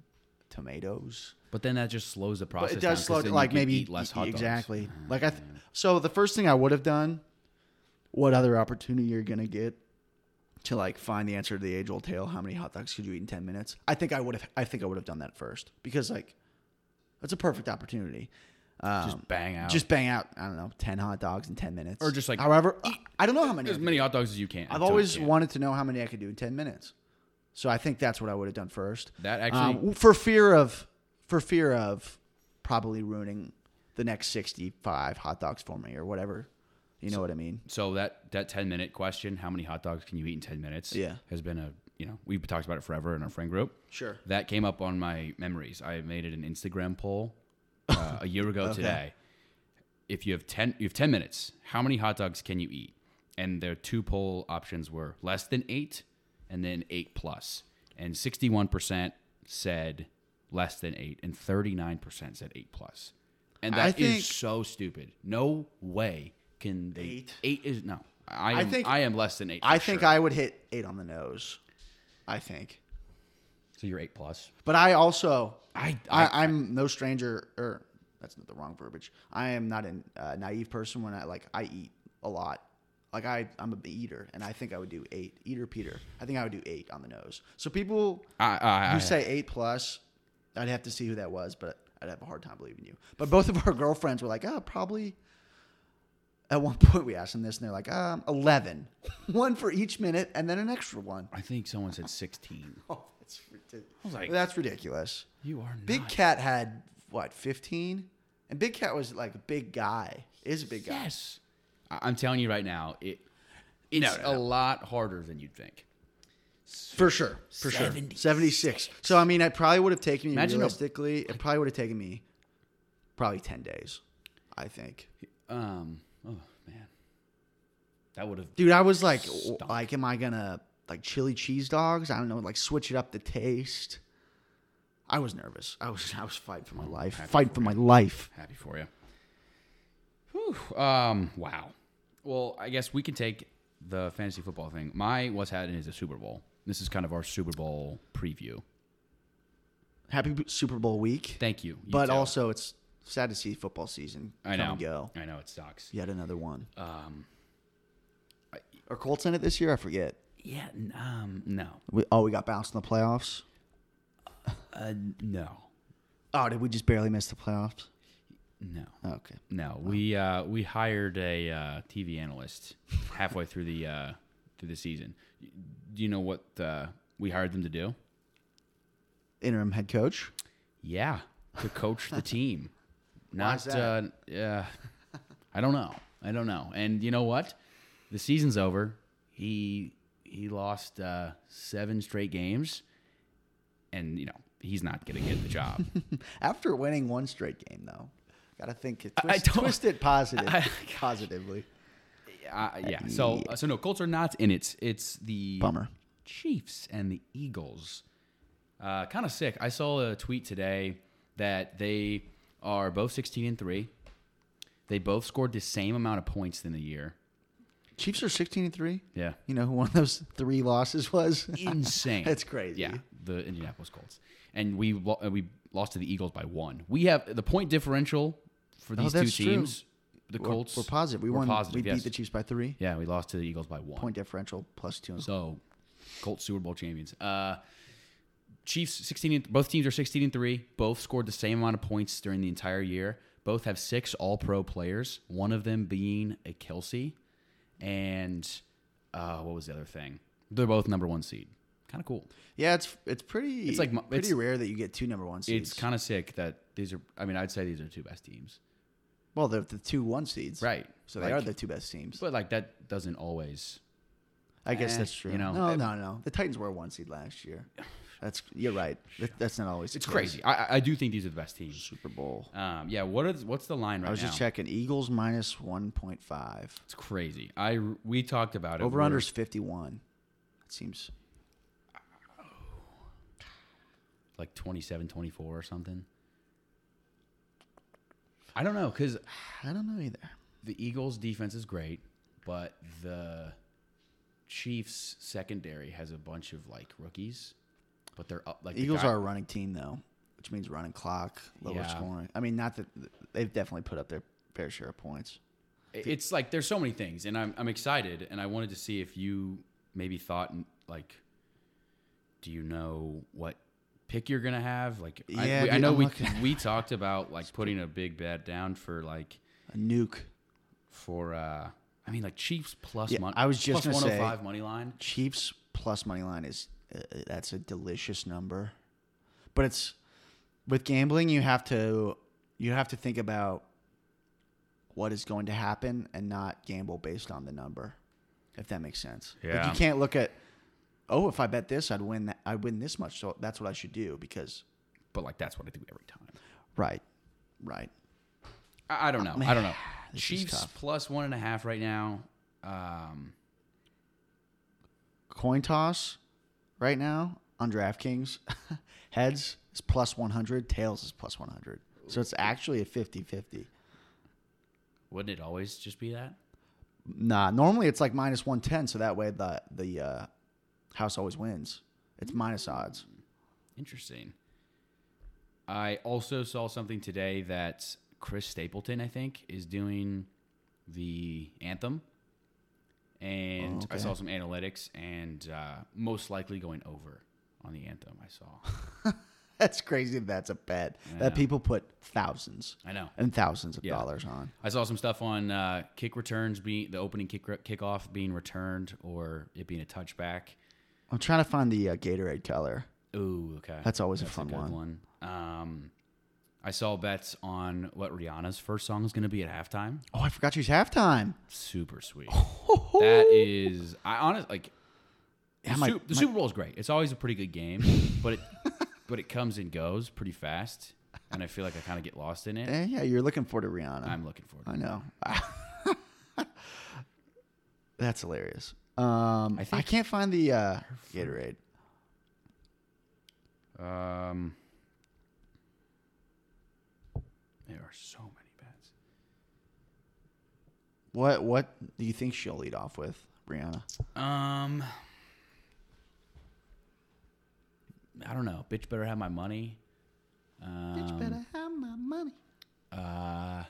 S1: tomatoes.
S2: But then that just slows the process.
S1: But it does
S2: down,
S1: slow
S2: down.
S1: down. Like maybe e-,
S2: eat less hot dogs. Mm-hmm.
S1: exactly. Like I, th- so the first thing I would have done, what other opportunity you're gonna get to like find the answer to the age old tale? How many hot dogs could you eat in ten minutes? I think I would have. I think I would have done that first because like, that's a perfect opportunity. Um,
S2: Just <laughs> bang out.
S1: Just bang out. I don't know, ten hot dogs in ten minutes,
S2: Or just, like,
S1: However, I don't know how many. I
S2: as
S1: could
S2: many hot dogs as you can.
S1: I've
S2: until you
S1: always
S2: can't.
S1: wanted to know how many I could do in 10 minutes. So I think that's what I would have done first.
S2: That actually-
S1: Um, for fear of for fear of probably ruining the next 65 hot dogs for me or whatever. You know what I mean?
S2: So that that ten minute question, how many hot dogs can you eat in ten minutes?
S1: Yeah.
S2: has been a you know we've talked about it forever in our friend group.
S1: Sure.
S2: That came up on my memories. I made it an Instagram poll uh, a year
S1: <laughs>
S2: ago today. If you have ten, you have ten minutes. How many hot dogs can you eat? And their two poll options were less than eight, and then eight plus. And sixty one percent said less than eight, and thirty nine percent said eight plus. And
S1: I
S2: that is
S1: think-
S2: so stupid. No way can they
S1: Eight?
S2: Eight is no. I am,
S1: I
S2: I
S1: think-
S2: am less than eight.
S1: I
S2: for
S1: think
S2: sure.
S1: I would hit 8 on the nose. I think.
S2: So you're eight plus.
S1: But I also
S2: I-
S1: I I'm no stranger or that's not the wrong verbiage. I am not a uh, naive person when I like I eat a lot. Like I I'm a eater and I think I would do 8. Eater Peter. I think I would do 8 on the nose. So people
S2: I, I, I,
S1: You say eight plus. I'd have to see who that was, but I'd have a hard time believing you. But both of our girlfriends were like, ah, probably. At one <laughs> point, we asked them this, and they're like, um, 11. <laughs> one for each minute, and then an extra one. <laughs>
S2: I think someone said sixteen.
S1: Oh, that's ridiculous.
S2: like-
S1: that's ridiculous.
S2: You are
S1: Big
S2: not.
S1: Cat had, what, 15? And Big Cat was like a big guy, is a big guy.
S2: Yes. I, I'm telling you right now, it it's
S1: no,
S2: a lot harder than you'd think.
S1: For sure. For sure. 76. So, I mean, it probably would have taken me,
S2: Imagine a-
S1: realistically, it probably would have taken me probably 10 days, I think.
S2: Um. Oh man. That would have
S1: Dude, I was like, w- like, am I gonna like chili cheese dogs? I don't know, like switch it up the taste. I was nervous. I was <laughs> I was fighting for my life. Fight for my life.
S2: happy for you. Whew, um, wow. Well, I guess we can take the fantasy football thing. My what's happening is a Super Bowl. This is kind of our Super Bowl preview.
S1: Happy B- Super Bowl week.
S2: Thank you. You
S1: but
S2: too.
S1: also, it's sad to see football season
S2: I
S1: come
S2: know.
S1: and go.
S2: I know it sucks.
S1: Yet another one.
S2: Um,
S1: Are Colts in it this year? I forget.
S2: yeah. n- Um, no.
S1: We, oh, we got bounced in the playoffs.
S2: Uh, no.
S1: Oh, did we just barely miss the playoffs?
S2: No.
S1: Okay.
S2: No, we uh, we hired a uh, TV analyst halfway through the uh, through the season. Do you know what uh, we hired them to do?
S1: Interim head coach.
S2: Yeah, to coach the team.
S1: <laughs> Why is
S2: Not uh, uh, I don't know. I don't know. And you know what? The season's over. He he lost uh, seven straight games, and you know he's not gonna get the job.
S1: After winning one straight game, though, gotta think it,
S2: I
S1: twist,
S2: don't-
S1: twist it
S2: <laughs>
S1: positive, positively.
S2: uh, yeah. So so no, Colts are not in it. It's the
S1: Bummer.
S2: Chiefs and the Eagles. Uh, kind of sick. I saw a tweet today that they are both 16 and 3. They both scored the same amount of points in the year.
S1: Chiefs are sixteen and three.
S2: Yeah.
S1: You know who one of those three losses
S2: <laughs>
S1: was?
S2: Insane.
S1: <laughs> That's crazy.
S2: Yeah. The Indianapolis Colts. And we lo- uh, we lost to the Eagles by 1. We have the point differential for these two
S1: Oh, that's true.
S2: teams. The
S1: We're-
S2: Colts
S1: We're, positive. We
S2: were
S1: won.
S2: positive,
S1: we
S2: yes.
S1: beat the Chiefs by three.
S2: Yeah, we lost to the Eagles by 1.
S1: Point differential plus two.
S2: So, Colts Super Bowl champions. Uh, Chiefs sixteen. And, both teams are sixteen and three. Both scored the same amount of points during the entire year. Both have six All Pro players. One of them being a Kelsey, and uh, what was the other thing? They're both number one seed. Kind of cool.
S1: yeah, it's it's pretty.
S2: It's like mo-
S1: pretty
S2: it's-
S1: rare that you get two number one seeds.
S2: It's kind of sick that these are. I mean, I'd say these are the two best teams.
S1: well, they're the two one seeds,
S2: Right.
S1: So they
S2: Like-
S1: are the two best teams.
S2: But like that doesn't always.
S1: I guess
S2: eh,
S1: that's true.
S2: you know,
S1: no,
S2: it-
S1: no, no. The Titans were a one seed last
S2: <sighs>
S1: year. That's you're right. That, that's not always. the
S2: It's
S1: case.
S2: crazy. I, I- I do think these are the best teams.
S1: Super Bowl.
S2: Um, yeah. What are the, what's the line right now?
S1: I was just checking. Eagles minus one point five.
S2: It's crazy. I we talked about it.
S1: Over
S2: We're-
S1: under is fifty one. It seems.
S2: like 27 24 or something i don't know because
S1: I don't know either.
S2: the eagles defense is great but the chiefs secondary has a bunch of like rookies but they're up like the
S1: Eagles
S2: guy-
S1: are a running team though, which means running clock, lower
S2: Yeah.
S1: scoring. I mean, not that they've definitely put up their fair share of points.
S2: it's like there's so many things and I'm, I'm excited and i wanted to see if you maybe thought like do you know what pick you're gonna have like
S1: Yeah,
S2: I, we, I
S1: dude,
S2: know
S1: I'm
S2: we
S1: looking.
S2: we talked
S1: <laughs>
S2: about like putting a big bet down for like
S1: A nuke.
S2: for uh I mean like Chiefs plus
S1: Yeah,
S2: mon-
S1: I was just
S2: plus
S1: gonna say-
S2: 105 money line.
S1: Chiefs plus money line is uh, that's a delicious number, but it's with gambling you have to you have to think about what is going to happen and not gamble based on the number, if that makes sense. Like,
S2: Yeah.
S1: you can't look at oh if I bet this I'd win that I'd win this much so that's what I should do because
S2: But like that's what I do every time.
S1: right right
S2: I, I don't know. I don't know.
S1: Ah, This is
S2: Chiefs
S1: tough.
S2: plus one and a half right now. Um
S1: coin toss right now on DraftKings. <laughs> Heads is plus 100, tails is plus 100. So it's actually a 50 50.
S2: wouldn't it always just be that?
S1: Nah, normally it's like minus 110, so that way the, the uh, house always wins. It's minus odds. <laughs>
S2: Interesting. I also saw something today that Chris Stapleton, I think, is doing the anthem. And I
S1: okay.
S2: saw some analytics and uh, most likely going over on the anthem I saw.
S1: That's crazy if that's a bet
S2: Yeah.
S1: that people put thousands
S2: I know.
S1: and thousands of
S2: Yeah.
S1: dollars on.
S2: I saw some stuff on uh, kick returns being the opening kick kickoff being returned or it being a touchback.
S1: I'm trying to find the uh, Gatorade color.
S2: Ooh, okay.
S1: That's always a fun
S2: good
S1: one.
S2: Um, I saw bets on what Rihanna's first song is going to be at halftime.
S1: Oh, I forgot she's halftime.
S2: Super
S1: <laughs>
S2: sweet. that is, I honestly like.
S1: Yeah,
S2: the
S1: my-
S2: Sup- the
S1: my-
S2: Super Bowl is great. It's always a pretty good game,
S1: <laughs>
S2: but it but it comes and goes pretty fast, and I feel like I kind of get lost in it.
S1: Eh, yeah, you're looking forward to Rihanna.
S2: I'm looking forward. to
S1: I know. <laughs> That's hilarious. Um, I,
S2: think-
S1: can't find the uh, Gatorade.
S2: Um, there are so many bets.
S1: What what do you think she'll lead off with, Brianna?
S2: Um, I don't know. Bitch better have my money. Um,
S1: have my money.
S2: Uh,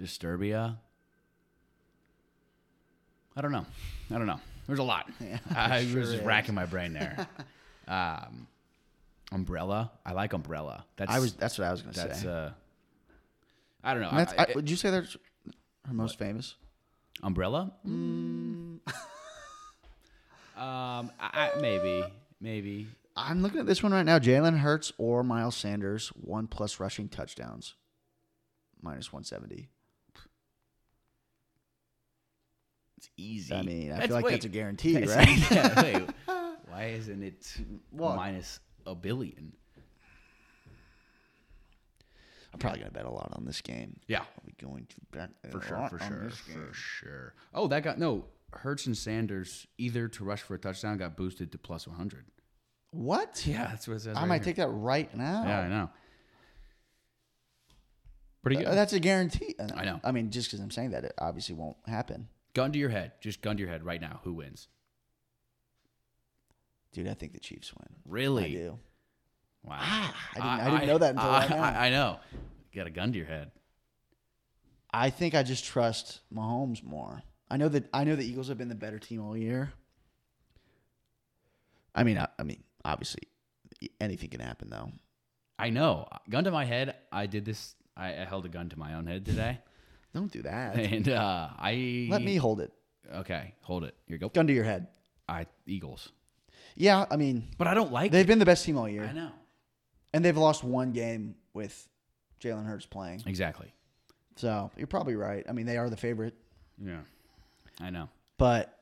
S2: Disturbia. I don't know. I don't know. There's
S1: <laughs>
S2: a lot. I
S1: sure
S2: was just
S1: is.
S2: racking my
S1: <laughs>
S2: brain there. um, umbrella. I like umbrella. That's
S1: I was. That's what I was gonna
S2: that's
S1: say.
S2: uh. I don't know.
S1: And that's,
S2: I-
S1: I, would you say that's her most famous?
S2: Umbrella?
S1: Mm.
S2: Mm. <laughs> um, I, I, maybe, maybe.
S1: I'm looking at this one right now. Jalen Hurts or Miles Sanders, one plus rushing touchdowns, minus 170.
S2: It's easy.
S1: I mean, I
S2: That's-
S1: feel like
S2: wait.
S1: that's a guarantee,
S2: That's-
S1: right? <laughs>
S2: yeah, wait. Why isn't it
S1: What?
S2: minus a billion?
S1: I'm probably gonna bet a lot on this game.
S2: Yeah,
S1: Probably going to bet a
S2: for sure,
S1: lot
S2: for
S1: on
S2: sure,
S1: this game.
S2: for sure. Oh, that got no. Hertz and Sanders either to rush for a touchdown got boosted to plus 100.
S1: What?
S2: Yeah, that's what it says.
S1: I
S2: right
S1: might
S2: here.
S1: take that right now.
S2: Yeah, I know. Pretty good.
S1: Uh, That's a guarantee. Uh,
S2: I know.
S1: I mean, just because I'm saying that, it obviously won't happen,
S2: gun to your head. Just gun to your head right now. Who wins?
S1: dude. I think the Chiefs win.
S2: Really?
S1: I do. Ah,
S2: Wow.
S1: I didn't- I didn't know that until
S2: I,
S1: right now.
S2: I, I know. Got a gun to your head.
S1: I think I just trust Mahomes more. I know that I know the Eagles have been the better team all year. I mean, I, I mean, obviously, anything can happen though.
S2: I know. Gun to my head. I did this. I, I held a gun to my own head today,
S1: Don't do that.
S2: and uh, I
S1: Let me hold it.
S2: Okay, hold it. Here you go.
S1: Gun to your head.
S2: I Eagles,
S1: Yeah, I mean,
S2: but I don't like.
S1: they've been the best team all
S2: it. I
S1: year,
S2: know
S1: and they've lost one game with Jalen Hurts playing.
S2: exactly.
S1: So you're probably right. I mean, they are the favorite.
S2: Yeah, I know.
S1: but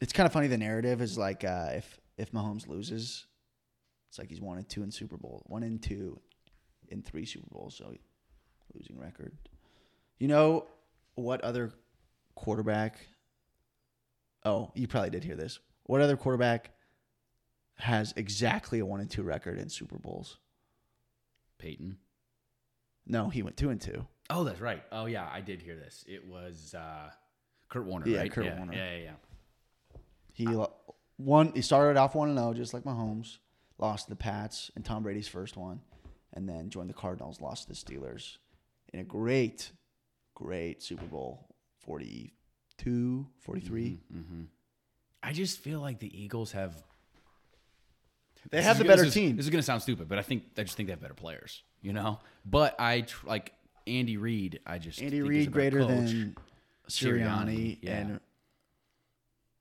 S1: it's kind of funny. The narrative is like uh, if if Mahomes loses, it's like he's one and two in Super Bowl, one and two in three Super Bowls, so losing record. You know what other quarterback? Oh, you probably did hear this. What other quarterback has exactly a one and two record in Super Bowls?
S2: Peyton.
S1: No, he went two and two.
S2: Oh, that's right. Oh yeah, I did hear this. It was uh, Kurt Warner.
S1: Yeah,
S2: right?
S1: Kurt
S2: yeah,
S1: Warner.
S2: Yeah, yeah, yeah.
S1: He lo- one he started off one and zero, just like Mahomes. Lost to the Pats and Tom Brady's first one, and then joined the Cardinals. Lost to the Steelers in a great, great Super Bowl 42, 43.
S2: Mm-hmm. I just feel like the Eagles have.
S1: They
S2: This
S1: have
S2: is
S1: the
S2: gonna-
S1: better
S2: this is-
S1: team.
S2: This is gonna sound stupid, but I think I just think they have better players. You know, but I tr- like Andy Reid. I just
S1: Andy
S2: think is Mm-hmm. a
S1: Reid
S2: better
S1: greater
S2: coach.
S1: than Sirianni,
S2: Sirianni, yeah.
S1: and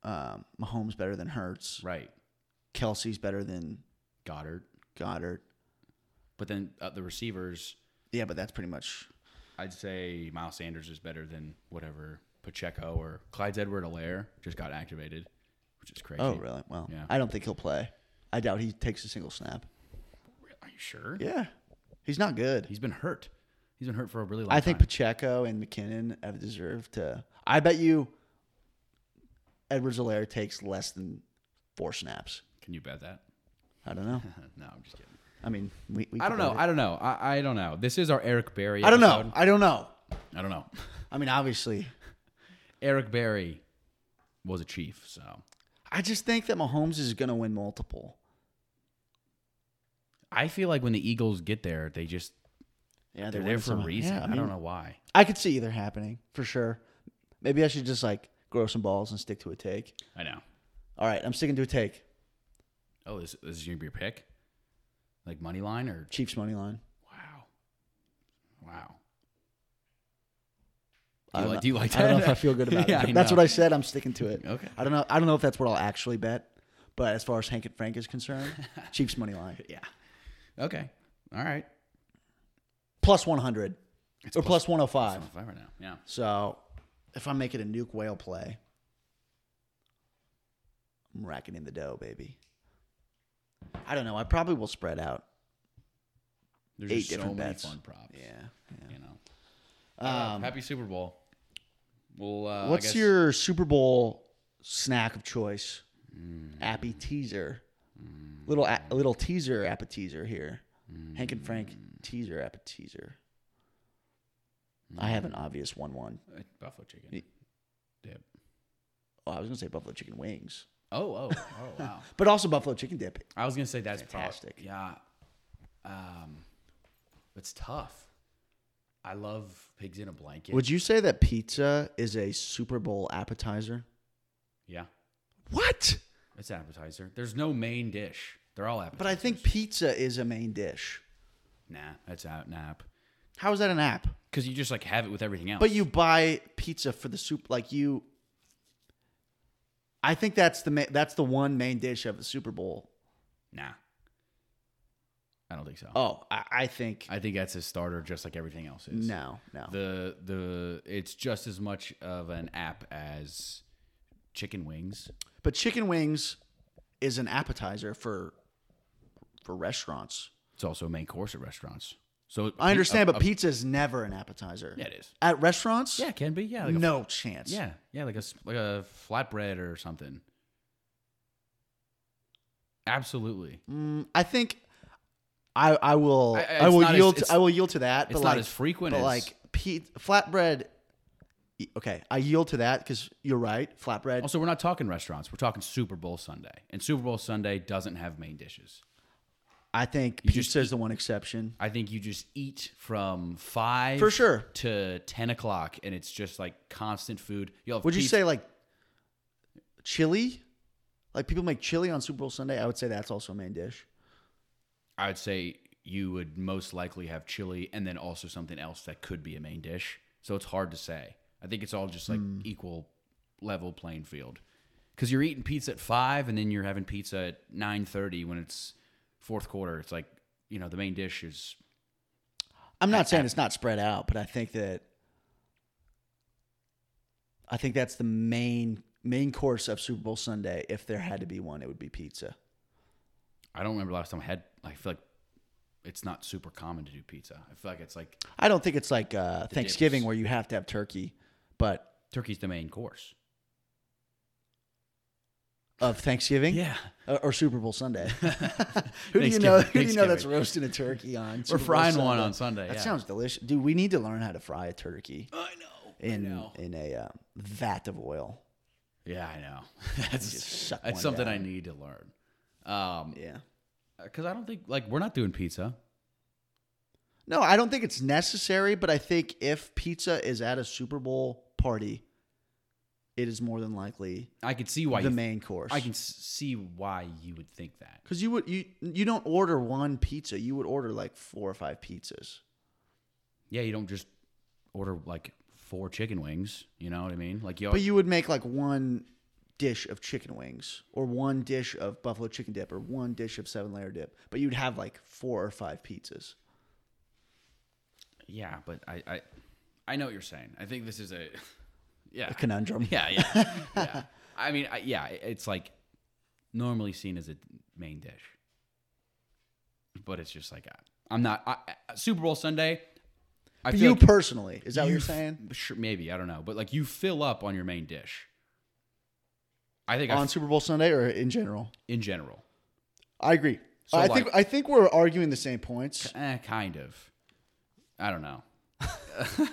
S1: um, Mahomes better than Hurts.
S2: right
S1: Kelsey's better than
S2: Goddard,
S1: Goddard.
S2: but then uh, the receivers.
S1: Yeah, but that's pretty much
S2: I'd say Miles Sanders is better than whatever Pacheco or Clyde's Edward Alaire just got activated, which is crazy.
S1: Oh, really? Well,
S2: Yeah.
S1: I don't think he'll play. I doubt he takes a single snap.
S2: Are you sure?
S1: Yeah. He's not good.
S2: He's been hurt. He's been hurt for a really long
S1: I
S2: time.
S1: think Pacheco and McKinnon have deserved to. I bet you Edwards Alaire takes less than four snaps.
S2: Can you bet that? <laughs>
S1: I don't know.
S2: no, I'm just kidding.
S1: I mean, we. we
S2: I don't
S1: could
S2: know.
S1: bet
S2: I don't know. I, I don't know. This is our Eric Berry.
S1: it. I don't know.
S2: episode.
S1: I don't know.
S2: I don't know. <laughs>
S1: I mean, obviously,
S2: Eric Berry was a chief, so
S1: I just think that Mahomes is going to win multiple.
S2: I feel like when the Eagles get there, they just
S1: Yeah,
S2: they're there for a reason.
S1: I,
S2: I,
S1: mean,
S2: don't know why.
S1: I could see either happening for sure. Maybe I should just like grow some balls and stick to a take.
S2: I know.
S1: All right, I'm sticking to a take.
S2: Oh, this, this is gonna be your pick, like money line or
S1: Chiefs money line.
S2: wow, wow.
S1: I
S2: Do you,
S1: don't
S2: like,
S1: know-
S2: do you like
S1: I
S2: that?
S1: don't know if I feel
S2: <laughs>
S1: good about
S2: Yeah,
S1: it. That's
S2: know.
S1: what I said. I'm sticking to it.
S2: Okay.
S1: I don't know. I don't know if that's what I'll actually bet, but as far as Hank and Frank is concerned, Chiefs money line
S2: Okay. All right.
S1: plus 100 or plus, plus 105.
S2: Sounds fine right now. Yeah.
S1: So if I make it a nuke whale play, I'm racking in the dough, baby. I don't know. I probably will spread out.
S2: There's
S1: Eight
S2: just so
S1: different
S2: many
S1: bets.
S2: fun props. You know. Um, Happy Super Bowl. Well, uh, I
S1: What's
S2: guess-
S1: your Super Bowl snack of choice?
S2: Mm.
S1: Appy teaser. Little a- little teaser appetizer here. Hank and Frank
S2: Mm.
S1: teaser appetizer. I have an obvious one one.
S2: Uh, buffalo chicken?
S1: Y-
S2: Dip.
S1: Oh, I was gonna say buffalo chicken wings.
S2: Oh, oh, oh,
S1: <laughs>
S2: wow.
S1: But also buffalo chicken dip.
S2: I was gonna say that's prob-
S1: Fantastic.
S2: yeah, um, it's tough. I love pigs in a blanket.
S1: Would you say that pizza is a Super Bowl appetizer?
S2: yeah,
S1: What?
S2: it's an appetizer. There's no main dish. They're all appetizers.
S1: But I think pizza is a main dish.
S2: nah, that's out nap
S1: How is that an app?
S2: because you just like have it with everything else.
S1: But you buy pizza for the soup, like you. I think that's the ma- that's the one main dish of the Super Bowl.
S2: nah, I don't think so.
S1: Oh, I, I think
S2: I think that's a starter, just like everything else is.
S1: no, no.
S2: the the it's just as much of an app as chicken wings.
S1: but chicken wings is an appetizer for for restaurants.
S2: It's also a main course at restaurants. So
S1: I understand,
S2: a-
S1: but
S2: a-
S1: pizza is never an appetizer.
S2: yeah, it is.
S1: At restaurants,
S2: Yeah, it can be. Yeah, like a-
S1: no chance.
S2: yeah, yeah, like a s- like a flatbread or something. Absolutely,
S1: Mm, I think I I will I,
S2: I- I- it's
S1: will
S2: not as-
S1: yield
S2: it's-
S1: to, I will yield to that.
S2: it's
S1: but
S2: not
S1: like,
S2: as frequent
S1: But
S2: as-
S1: like pe- flatbread. y- Okay, I yield to that because you're right. Flatbread.
S2: Also, we're not talking restaurants. We're talking Super Bowl Sunday, and Super Bowl Sunday doesn't have main dishes.
S1: I think
S2: You just
S1: pizza is the one exception.
S2: I think you just eat from five
S1: For sure.
S2: to ten o'clock, and it's just like constant food. You'll have
S1: Would you
S2: pizza-
S1: say like chili? Like people make chili on Super Bowl Sunday. I would say that's also a main dish.
S2: I would say you would most likely have chili, and then also something else that could be a main dish. So it's hard to say. I think it's all just like
S1: Hmm.
S2: equal level playing field because you're eating pizza at five, and then you're having pizza at nine thirty when it's fourth quarter. It's like you know the main dish is
S1: I'm not saying it's not spread out, but I think that I think that's the main main course of Super Bowl Sunday. If there had to be one, it would be pizza.
S2: I don't remember the last time I had. I feel like it's not super common to do pizza. I feel like it's like
S1: I don't think it's like uh, Thanksgiving
S2: dips.
S1: where you have to have turkey, but
S2: turkey's the
S1: <laughs>
S2: main course.
S1: of Thanksgiving,
S2: Yeah,
S1: or, or Super Bowl
S2: <laughs>
S1: Sunday. <laughs> who do you know? Who do you know that's
S2: Thanksgiving.
S1: roasting a turkey on?
S2: we're
S1: Super Bowl
S2: frying one
S1: Sunday?
S2: on Sunday.
S1: That
S2: yeah.
S1: sounds delicious, dude. We need to learn how to fry a turkey
S2: I know.
S1: in
S2: I know.
S1: in a uh, vat of oil.
S2: Yeah, I know. <laughs> That's
S1: just suck
S2: that's
S1: one
S2: something I
S1: down.
S2: need to learn. Um,
S1: Yeah.
S2: because I don't think like we're not doing pizza.
S1: No, I don't think it's necessary, but I think if pizza is at a Super Bowl party, it is more than likely
S2: I could see why
S1: the
S2: you,
S1: main course.
S2: I can s- see why you would think that.
S1: because you would you you don't order one pizza, you would order like four or five pizzas.
S2: Yeah, you don't just order like four chicken wings. You know what I mean? Like you,
S1: But you would make like one dish of chicken wings or one dish of buffalo chicken dip or one dish of seven layer dip. But you'd have like four or five pizzas.
S2: yeah. But I, I, I know what you're saying. I think this is a, <laughs> yeah,
S1: A conundrum.
S2: yeah,
S1: <laughs>
S2: yeah, yeah. I mean, I, yeah, it- it's like normally seen as a main dish, but it's just like I, I'm not I, I- Super Bowl Sunday. I
S1: For
S2: feel
S1: you
S2: like
S1: personally. Is that what
S2: you
S1: you're
S2: f-
S1: saying?
S2: Sure, maybe I don't know, but like you fill up on your main dish. I think I
S1: On
S2: f-
S1: Super Bowl Sunday or in general?
S2: in general,
S1: I agree.
S2: So,
S1: I
S2: like-
S1: think I think we're arguing the same points.
S2: eh, kind of. I
S1: <laughs>
S2: don't know,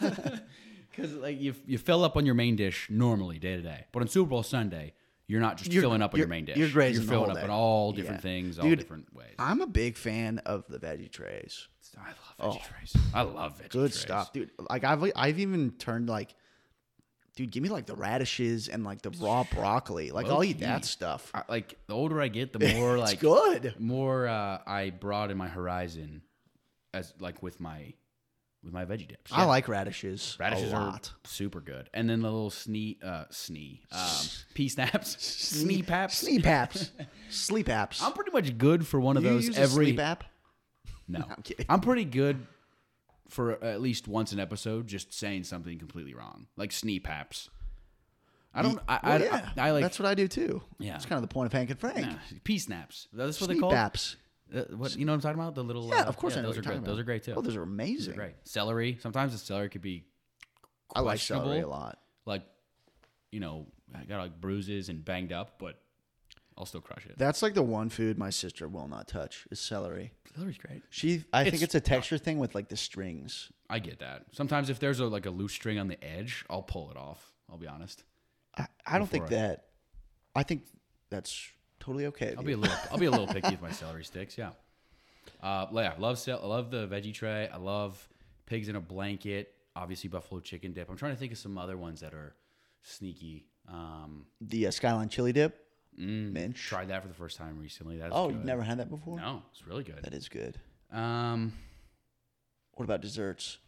S2: because like you you fill up on your main dish normally day to day, but on Super Bowl Sunday. You're not just
S1: You're-
S2: filling up on your
S1: you're-
S2: main dish.
S1: you're grazing the
S2: filling
S1: whole
S2: up
S1: day.
S2: on all different
S1: Yeah.
S2: things, all
S1: Dude,
S2: different ways.
S1: I'm a big fan of the veggie trays.
S2: I love veggie trays. I love veggie
S1: Oh. Good
S2: trays.
S1: stuff, dude. Like I've I've even turned like, dude, give me like the radishes and like the raw broccoli. Like I'll eat that
S2: Low-key.
S1: stuff.
S2: I, like the older I get, the more
S1: <laughs> It's
S2: like
S1: good.
S2: more uh, I broaden my horizon as like with my with my veggie dips.
S1: I like radishes.
S2: radishes
S1: a
S2: are
S1: lot.
S2: super good, and then the little snee uh snee um,
S1: <laughs>
S2: pea snaps, snee paps.
S1: Sleep apps. Sleep apps.
S2: <laughs> I'm pretty much good for one of
S1: You
S2: those
S1: use
S2: every
S1: a sleep app.
S2: no.
S1: <laughs> I'm kidding.
S2: I'm pretty good for at least once an episode just saying something completely wrong, like snee paps. I don't. I, I,
S1: Well, yeah,
S2: I, I like
S1: that's what I do too.
S2: Yeah.
S1: it's kind of the point of Hank and Frank.
S2: Yeah, pea snaps. That's what
S1: Sleep
S2: they call
S1: apps.
S2: Uh, what you know what I'm talking about? The little
S1: Yeah,
S2: uh,
S1: of course I know
S2: those
S1: what
S2: are
S1: you're
S2: great.
S1: talking Oh,
S2: Those
S1: about.
S2: are great too.
S1: Oh, those are amazing.
S2: Great celery. Sometimes the celery could be
S1: I like celery a
S2: questionable.
S1: lot.
S2: Like, you know, I got like bruises and banged up, but I'll still crush it.
S1: That's like the one food my sister will not touch is celery.
S2: Celery's great.
S1: She, I think
S2: It's-
S1: it's a texture thing with like the strings.
S2: I get that. Sometimes if there's a like a loose string on the edge, I'll pull it off. I'll be honest.
S1: I, I don't think
S2: for it.
S1: that. I think that's totally okay. with
S2: I'll
S1: you.
S2: be a little I'll be a little picky with my celery sticks. Yeah. Uh, yeah, love cel- I love the veggie tray. I love pigs in a blanket. Obviously, buffalo chicken dip. I'm trying to think of some other ones that are sneaky. Um, mm,
S1: the uh, skyline chili dip. Minch.
S2: tried that for the first time recently. That's
S1: oh,
S2: good.
S1: you've never had that before?
S2: No, it's really good.
S1: That is good.
S2: Um,
S1: What about desserts?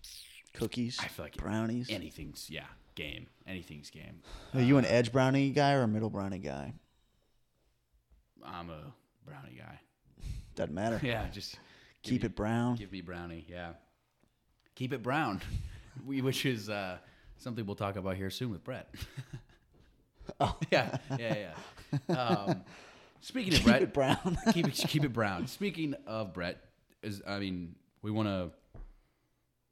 S1: Cookies?
S2: I feel like
S1: brownies.
S2: anything's yeah, game. Anything's game.
S1: Are you
S2: uh,
S1: an edge brownie guy or a middle brownie guy?
S2: I'm a brownie
S1: <laughs>
S2: guy.
S1: Doesn't matter.
S2: Yeah, <laughs> just give
S1: Keep
S2: me-
S1: it brown.
S2: Give me brownie, yeah. Keep it brown, <laughs> we- which is uh, something we'll talk about here soon with Brett. <laughs> oh yeah, yeah,
S1: <laughs>
S2: yeah. Um, speaking
S1: <laughs>
S2: of
S1: Keep
S2: Brett,
S1: it brown. <laughs>
S2: keep it keep it brown. Speaking of Brett, is I mean, we want to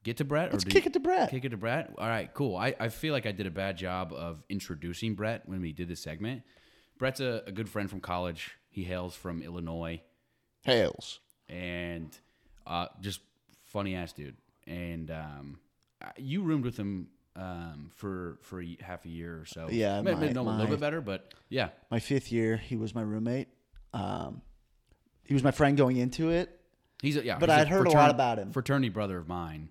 S2: get to Brett or
S1: Let's
S2: do
S1: kick
S2: you-
S1: it to Brett.
S2: Kick it to Brett. All right, cool. I, I feel like I did a bad job of introducing Brett when we did this segment. Brett's a, a good friend from college. He hails from Illinois
S1: Tails.
S2: and uh, just funny ass dude. And um, I- you roomed with him um, for for a- half a year or so.
S1: Yeah,
S2: May- may
S1: my-
S2: know him a
S1: my-
S2: little bit better, but yeah,
S1: My fifth year, he was my roommate. Um, he was my friend going into it.
S2: he's a, yeah.
S1: But
S2: he's
S1: I'd heard a lot about him.
S2: Fraternity brother of mine,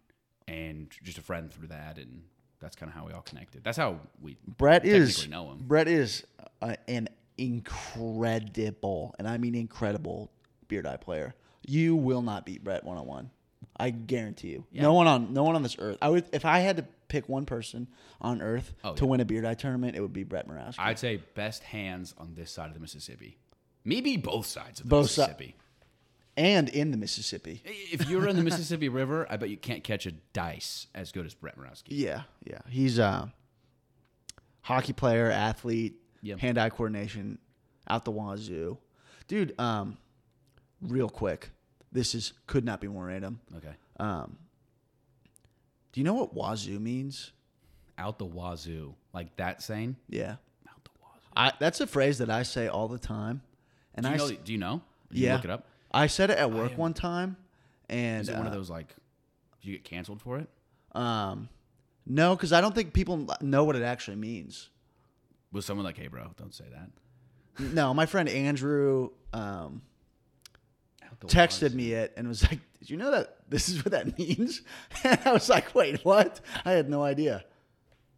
S2: and just a friend through that, and that's kind of how we all connected. That's how we.
S1: Brett is
S2: Technically know him.
S1: Brett is uh, an incredible, and I mean incredible, beard eye player. You will not beat Brett one on one. I guarantee you. No one on no one on this earth. I would if I had to pick one person on earth
S2: Oh,
S1: to
S2: yeah.
S1: win a beard eye tournament, it would be Brett Moraski.
S2: I'd say best hands on this side of the Mississippi, maybe both sides of the
S1: Both si-
S2: Mississippi.
S1: and in the Mississippi.
S2: if you're in the Mississippi <laughs> River, I bet you can't catch a dice as good as Brett Morowski.
S1: Yeah, yeah. He's a hockey player, athlete,
S2: Yeah.
S1: hand-eye coordination out the wazoo. Dude, um real quick. This is could not be more random.
S2: Okay,
S1: Um, Do you know what wazoo means?
S2: out the wazoo, like that saying.
S1: Yeah.
S2: Out the wazoo.
S1: I that's a phrase that I say all the time. And
S2: Do
S1: I
S2: you know?
S1: s-
S2: Do you know? Did
S1: yeah.
S2: You look it up.
S1: I said it at work one time and
S2: Is it one of
S1: uh,
S2: those like? Did you get canceled for it?
S1: um no cuz I don't think people know what it actually means.
S2: Was someone like, "Hey, bro, don't say that."
S1: No, my friend Andrew um
S2: Out the
S1: texted
S2: Oh, wazoo.
S1: me it and was <laughs> like, "Did you know that this is what that <laughs> means?" And I was like, "Wait, what?" I had no idea.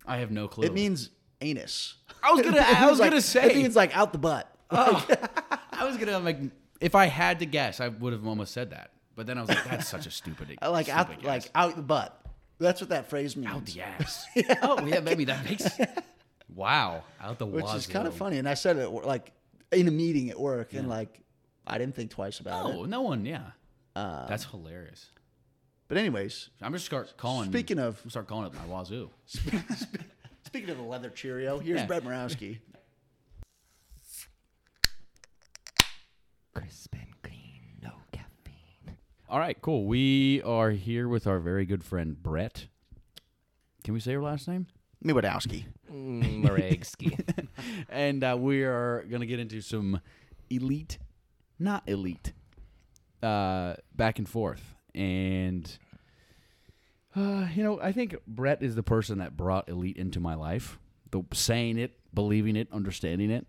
S2: I have no clue.
S1: It means anus. <laughs>
S2: I was gonna-
S1: It
S2: I
S1: means
S2: was
S1: like-
S2: gonna
S1: it
S2: say.
S1: means like out the butt.
S2: I was gonna like, if I had to guess, I would have almost said that. But then I was like, "That's such a <laughs> stupid,
S1: like
S2: stupid
S1: out,
S2: guess.
S1: like out the butt. That's what that phrase means.
S2: out the ass." <laughs> yeah. Oh yeah, maybe that <laughs> makes. Wow, out the
S1: which
S2: wazoo.
S1: is kind of funny. And I said it like in a meeting at work, and like I didn't think twice about
S2: No,
S1: it.
S2: Oh, no one. Yeah, that's hilarious.
S1: But anyways,
S2: I'm just start calling.
S1: speaking of-
S2: I'm start calling it my wazoo.
S1: speaking of the leather Cheerio, here's
S2: Yeah.
S1: Brett <laughs> Morawski.
S5: crisp and clean, no caffeine.
S2: All right, cool. We are here with our very good friend Brett. Can we say your last name?
S1: Miwadowski.
S5: Maragski.
S2: and uh, we are gonna get into some elite, not elite, uh, back and forth. And uh, you know, I think Brett is the person that brought elite into my life. The saying it, believing it, understanding it.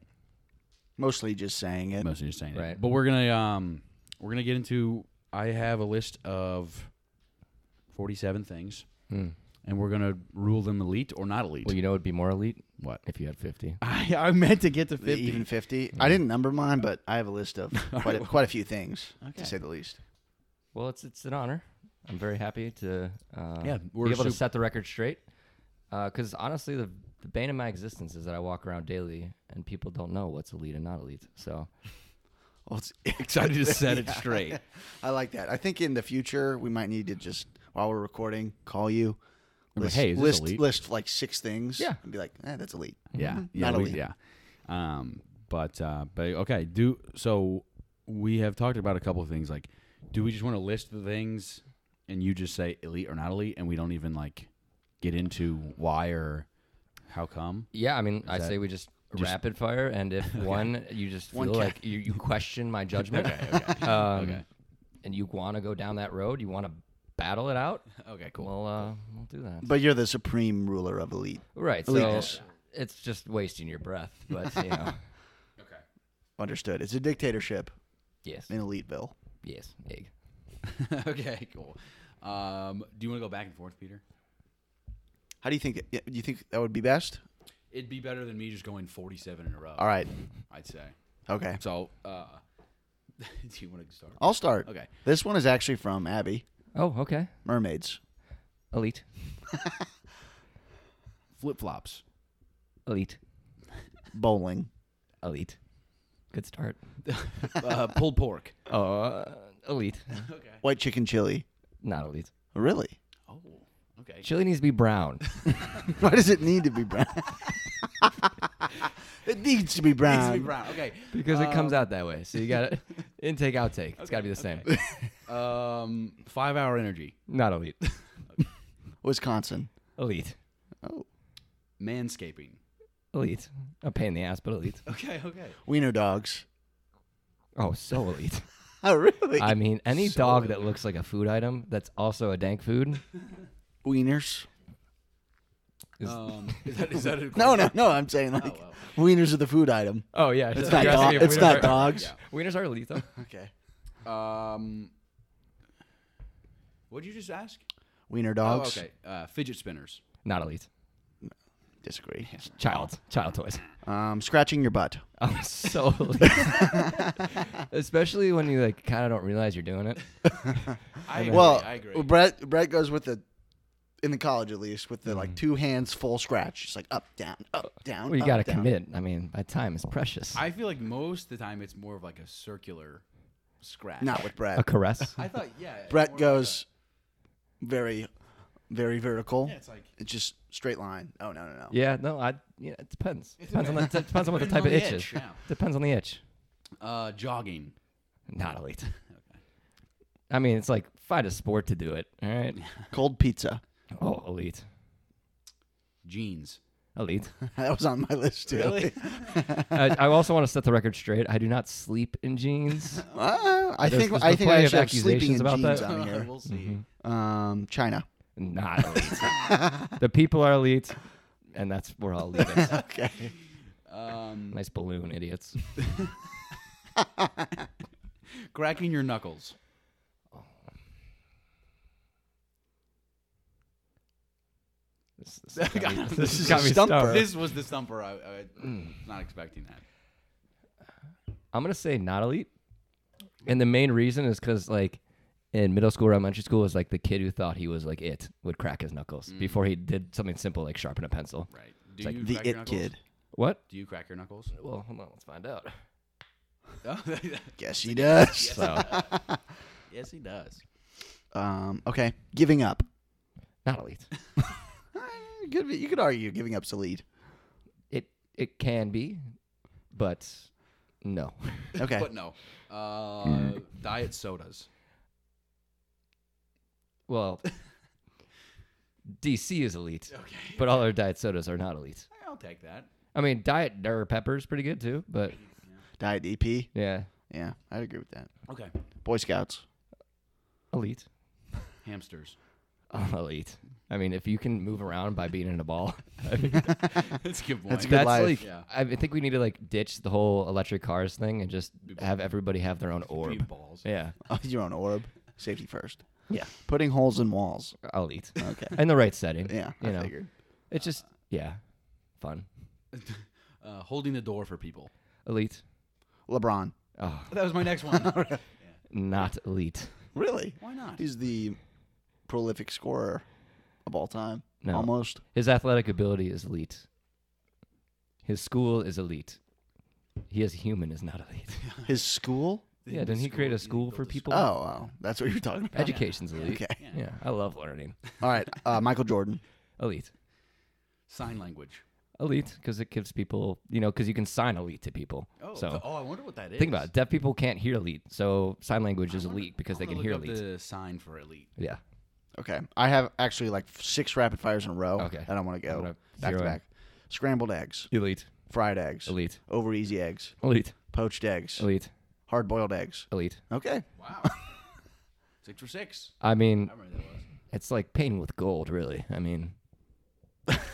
S1: Mostly just saying it.
S2: mostly just saying it.
S5: Right.
S2: But we're gonna um we're gonna get into I have a list of forty seven things. And we're gonna rule them elite or not elite.
S5: well, you know, it'd be more elite
S2: <laughs> What?
S5: if you had 50.
S2: I, I meant to get to
S1: The even 50 i didn't number mine but i have a list <laughs> of quite a, quite a few things to say the least
S5: Well, it's it's an honor. I'm very happy to uh,
S2: Yeah, we're
S5: be able to
S2: sup-
S5: set the record straight. Because honestly, the, the bane of my existence is that I walk around daily and people don't know what's elite and not elite. So
S1: well, it's,
S2: <laughs> Excited to set it straight.
S1: i like that i think in the future we might need to just while we're recording call you
S2: I'm like,
S1: list,
S2: "Hey, is this
S1: list,
S2: elite?"
S1: list like six things
S5: Yeah.
S1: and be like eh, that's elite
S2: Yeah,
S1: Mhm.
S2: yeah,
S1: not
S2: we-
S1: elite
S2: yeah. Um, but uh, but okay. Do so. We have talked about a couple of things. Like, do we just want to list the things and you just say elite or not elite, and we don't even like get into why or how come?
S5: Yeah, I mean, I
S2: that
S5: say we just, rapid fire, and <laughs> if one you just feel
S1: One cat.
S5: like you, you question <laughs> my judgment,
S2: okay.
S5: <laughs> um,
S2: okay.
S5: and you want to go down that road, you want to battle it out.
S2: Okay, cool.
S5: Well, uh, we'll do that.
S1: But you're the supreme ruler of elite.
S5: Right. So
S1: Eliteness.
S5: it's just wasting your breath, but you know,
S2: okay.
S1: Understood. It's a dictatorship
S5: yes,
S1: in Eliteville.
S5: yes, egg.
S2: okay, <laughs> cool. Um, do you want to go back and forth, Peter?
S1: How do you think? y- You think that would be best?
S2: It'd be better than me just going 47 in a row.
S1: All right.
S2: I'd say.
S1: Okay.
S2: So, uh, <laughs> do you want to start?
S1: I'll start.
S2: Okay.
S1: This one is actually from Abby.
S5: Oh, okay.
S1: Mermaids.
S5: Elite,
S2: Flip flops.
S5: elite,
S1: Bowling.
S5: elite. Good start.
S2: Uh, pulled pork.
S5: Oh, uh, elite,
S2: Okay.
S1: White chicken chili.
S5: not elite.
S1: Really?
S2: <laughs>
S1: <laughs>
S2: Oh, okay.
S5: Chili needs to be brown. <laughs>
S1: Why does it need to be brown? <laughs> it needs to be brown.
S2: <laughs> Needs to be brown. Okay.
S5: Because it comes out that way. So you got to intake, outtake. It's got to be the same.
S2: Um, five hour energy.
S5: Not elite.
S1: Wisconsin.
S5: Elite.
S1: Oh.
S2: Manscaping.
S5: Elite. A pain in the ass, but elite.
S2: Okay, okay.
S1: Wiener dogs.
S5: Oh, so elite.
S1: Oh, really?
S5: I mean, any dog that looks like a food item that's also a dank food.
S1: Wieners.
S5: Is,
S2: Um, <laughs> is that, is that a
S1: <laughs> No, no, no. I'm saying like
S2: wow.
S1: wieners are the food item.
S5: oh, yeah.
S1: It's not, dog, it's not dogs.
S2: Yeah.
S5: Wieners are elite, though.
S1: Okay.
S2: Um, what'd you just ask?
S1: Wiener
S2: Oh,
S1: dogs.
S2: okay. Uh, fidget spinners.
S5: Not elite.
S1: Disagree.
S5: Child.
S2: <laughs>
S5: Child toys.
S1: Um, scratching your butt.
S5: Oh, so elite. <laughs> Especially when you, like, kind of don't realize you're doing it.
S2: I
S1: Well,
S2: agree, I agree.
S1: well, Brett Brett goes with the in the college at least with the
S2: Mm.
S1: like two hands full scratch. It's like up down up down.
S5: Well, you
S1: up,
S5: got to
S1: down.
S5: commit. I mean, my time is precious.
S2: Oh, I feel like most of the time it's more of like a circular scratch.
S1: Not with Brett.
S5: a caress.
S2: I thought, yeah. it's more
S1: Brett
S2: like
S1: goes very very vertical.
S2: a- yeah, it's like
S1: It's just straight line. Oh no no no.
S5: Yeah, no, I. Yeah, it depends. Depends
S2: <laughs>
S5: on the,
S2: depends.
S5: depends on what the
S2: Depends
S5: type
S2: on
S5: of
S2: the
S5: itch
S2: itch,
S5: is.
S2: yeah.
S5: Depends on the itch.
S2: uh, jogging.
S5: Not elite. I mean, it's like find a sport to do it. All right.
S1: Cold pizza. <laughs>
S5: Oh, elite,
S2: Jeans. <laughs>
S5: elite.
S1: That was on my list too. <laughs>
S5: I, I also want to set the record straight. I do not sleep in jeans.
S1: Uh, I
S5: There's-
S1: think
S5: there's
S1: I
S5: been
S1: think
S5: plenty
S1: I
S5: of
S1: actually have sleeping in
S5: accusations about
S1: jeans
S5: that.
S1: on here.
S2: <laughs> we'll see.
S1: Um, China.
S5: Not elite. the people are elite, and that's where all elite is.
S1: Okay.
S2: Um,
S5: Nice balloon, idiots.
S2: cracking your <laughs> knuckles.
S5: This, this has got me,
S2: <laughs>
S5: this has
S1: is
S5: got
S1: a
S5: me
S1: stumper. Mm.
S5: stump.
S2: This was the stumper. I, I not expecting that.
S5: I'm gonna say not elite, and the main reason is because like in middle school or elementary school was like the kid who thought he was like it would crack his knuckles before he did something simple like sharpen a pencil.
S2: Right. Do
S5: like
S2: you
S1: The
S2: crack your
S1: it
S2: knuckles?
S1: kid.
S5: What?
S2: Do you crack your <laughs> knuckles?
S5: Well, hold on, let's find out.
S2: Oh,
S1: Yes, he does.
S5: So
S2: <laughs> yes, he does.
S1: Um, okay. Giving up.
S5: not elite.
S1: You could, you could argue giving up's a lead.
S2: <laughs>
S5: It it can be, but no.
S1: Okay.
S2: But no. Uh,
S5: Mm.
S2: Diet sodas.
S5: Well, DC is elite,
S2: Okay.
S5: but all our diet sodas are not elite.
S2: I'll take that.
S5: I mean, diet Dr Pepper is pretty good too, but
S1: Diet DP.
S5: yeah,
S1: Yeah, I'd agree with that.
S2: Okay.
S1: Boy Scouts. <laughs>
S5: elite.
S2: Hamsters.
S5: Oh, <laughs> elite. I mean, if you can move around by being in a ball, I mean,
S2: That's a good point.
S1: That's a good
S5: <laughs> that's
S1: life.
S5: like
S2: Yeah.
S5: I I think we need to like ditch the whole electric cars thing and just have everybody have their own
S2: Three
S5: orb.
S2: balls.
S1: <laughs>
S5: Yeah,
S1: Oh, your own orb. Safety first. <laughs>
S5: Yeah.
S1: Putting holes in walls.
S5: elite.
S1: Okay.
S5: In the right setting.
S1: <laughs> Yeah,
S5: you
S1: I
S5: know,
S1: figured.
S5: it's just yeah, fun.
S2: Uh, holding the door for
S5: <laughs>
S2: people.
S5: Elite.
S1: LeBron.
S5: Oh,
S2: That was my next <laughs> one.
S5: not elite.
S1: Really?
S2: Why not?
S1: He's the prolific scorer of all time.
S5: No.
S1: Almost.
S5: His athletic ability is elite. His school is elite. He as a human is not elite. <laughs>
S1: His school?
S5: yeah, didn't he create a school for people?
S1: Oh, wow. That's what you're talking about.
S5: Education's elite.
S1: Okay.
S5: Yeah, I love learning.
S1: All right. Uh, Michael Jordan.
S5: Elite.
S2: Sign language.
S5: elite because it gives people you know because you can sign elite to people
S2: Oh,
S5: so
S2: oh, I wonder what that is.
S5: think about it deaf people can't hear elite so sign language is elite because they
S2: I'm
S5: can
S2: gonna
S5: hear
S2: look up
S5: elite
S2: The sign for elite.
S5: yeah
S1: Okay. I have actually like six rapid fires in a row.
S5: Okay.
S1: That I want to
S5: I'm
S1: go
S5: gonna
S1: back to
S5: zero in.
S1: back. Scrambled eggs,
S5: Elite.
S1: fried eggs,
S5: Elite.
S1: over easy eggs,
S5: Elite.
S1: poached eggs,
S5: Elite.
S1: hard boiled eggs.
S5: Elite.
S1: Okay.
S5: <laughs>
S2: Wow. six for six.
S5: I mean,
S2: I remember that was.
S5: it's like painting with gold, really. I mean,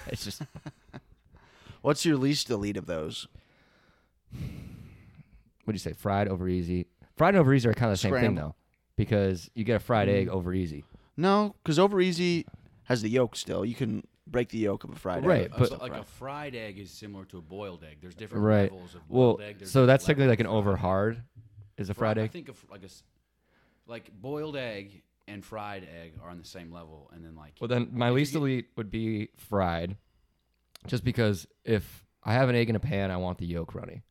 S5: it's just
S1: What's your least elite of those?
S5: what do you say? Fried over easy. Fried and over easy are kind of the same thing
S1: Scramble.
S5: though, because you get a fried egg over easy.
S1: No, because over easy has the yolk still. You can break the yolk of a fried
S5: Right,
S1: egg.
S2: Uh,
S5: but-
S2: so like a fried egg is similar to a boiled egg. There's different
S5: Right.
S2: levels of boiled
S5: Well,
S2: egg. There's
S5: so that's
S2: different
S5: technically like an
S2: levels
S5: over
S2: of fried
S5: hard. Is a fried
S2: Fri-
S5: egg?
S2: I think of like a s- like boiled egg and fried egg are on the same level, and then like
S5: Well, then my least elite would be fried, just because if I have an egg in a pan, I want the yolk runny.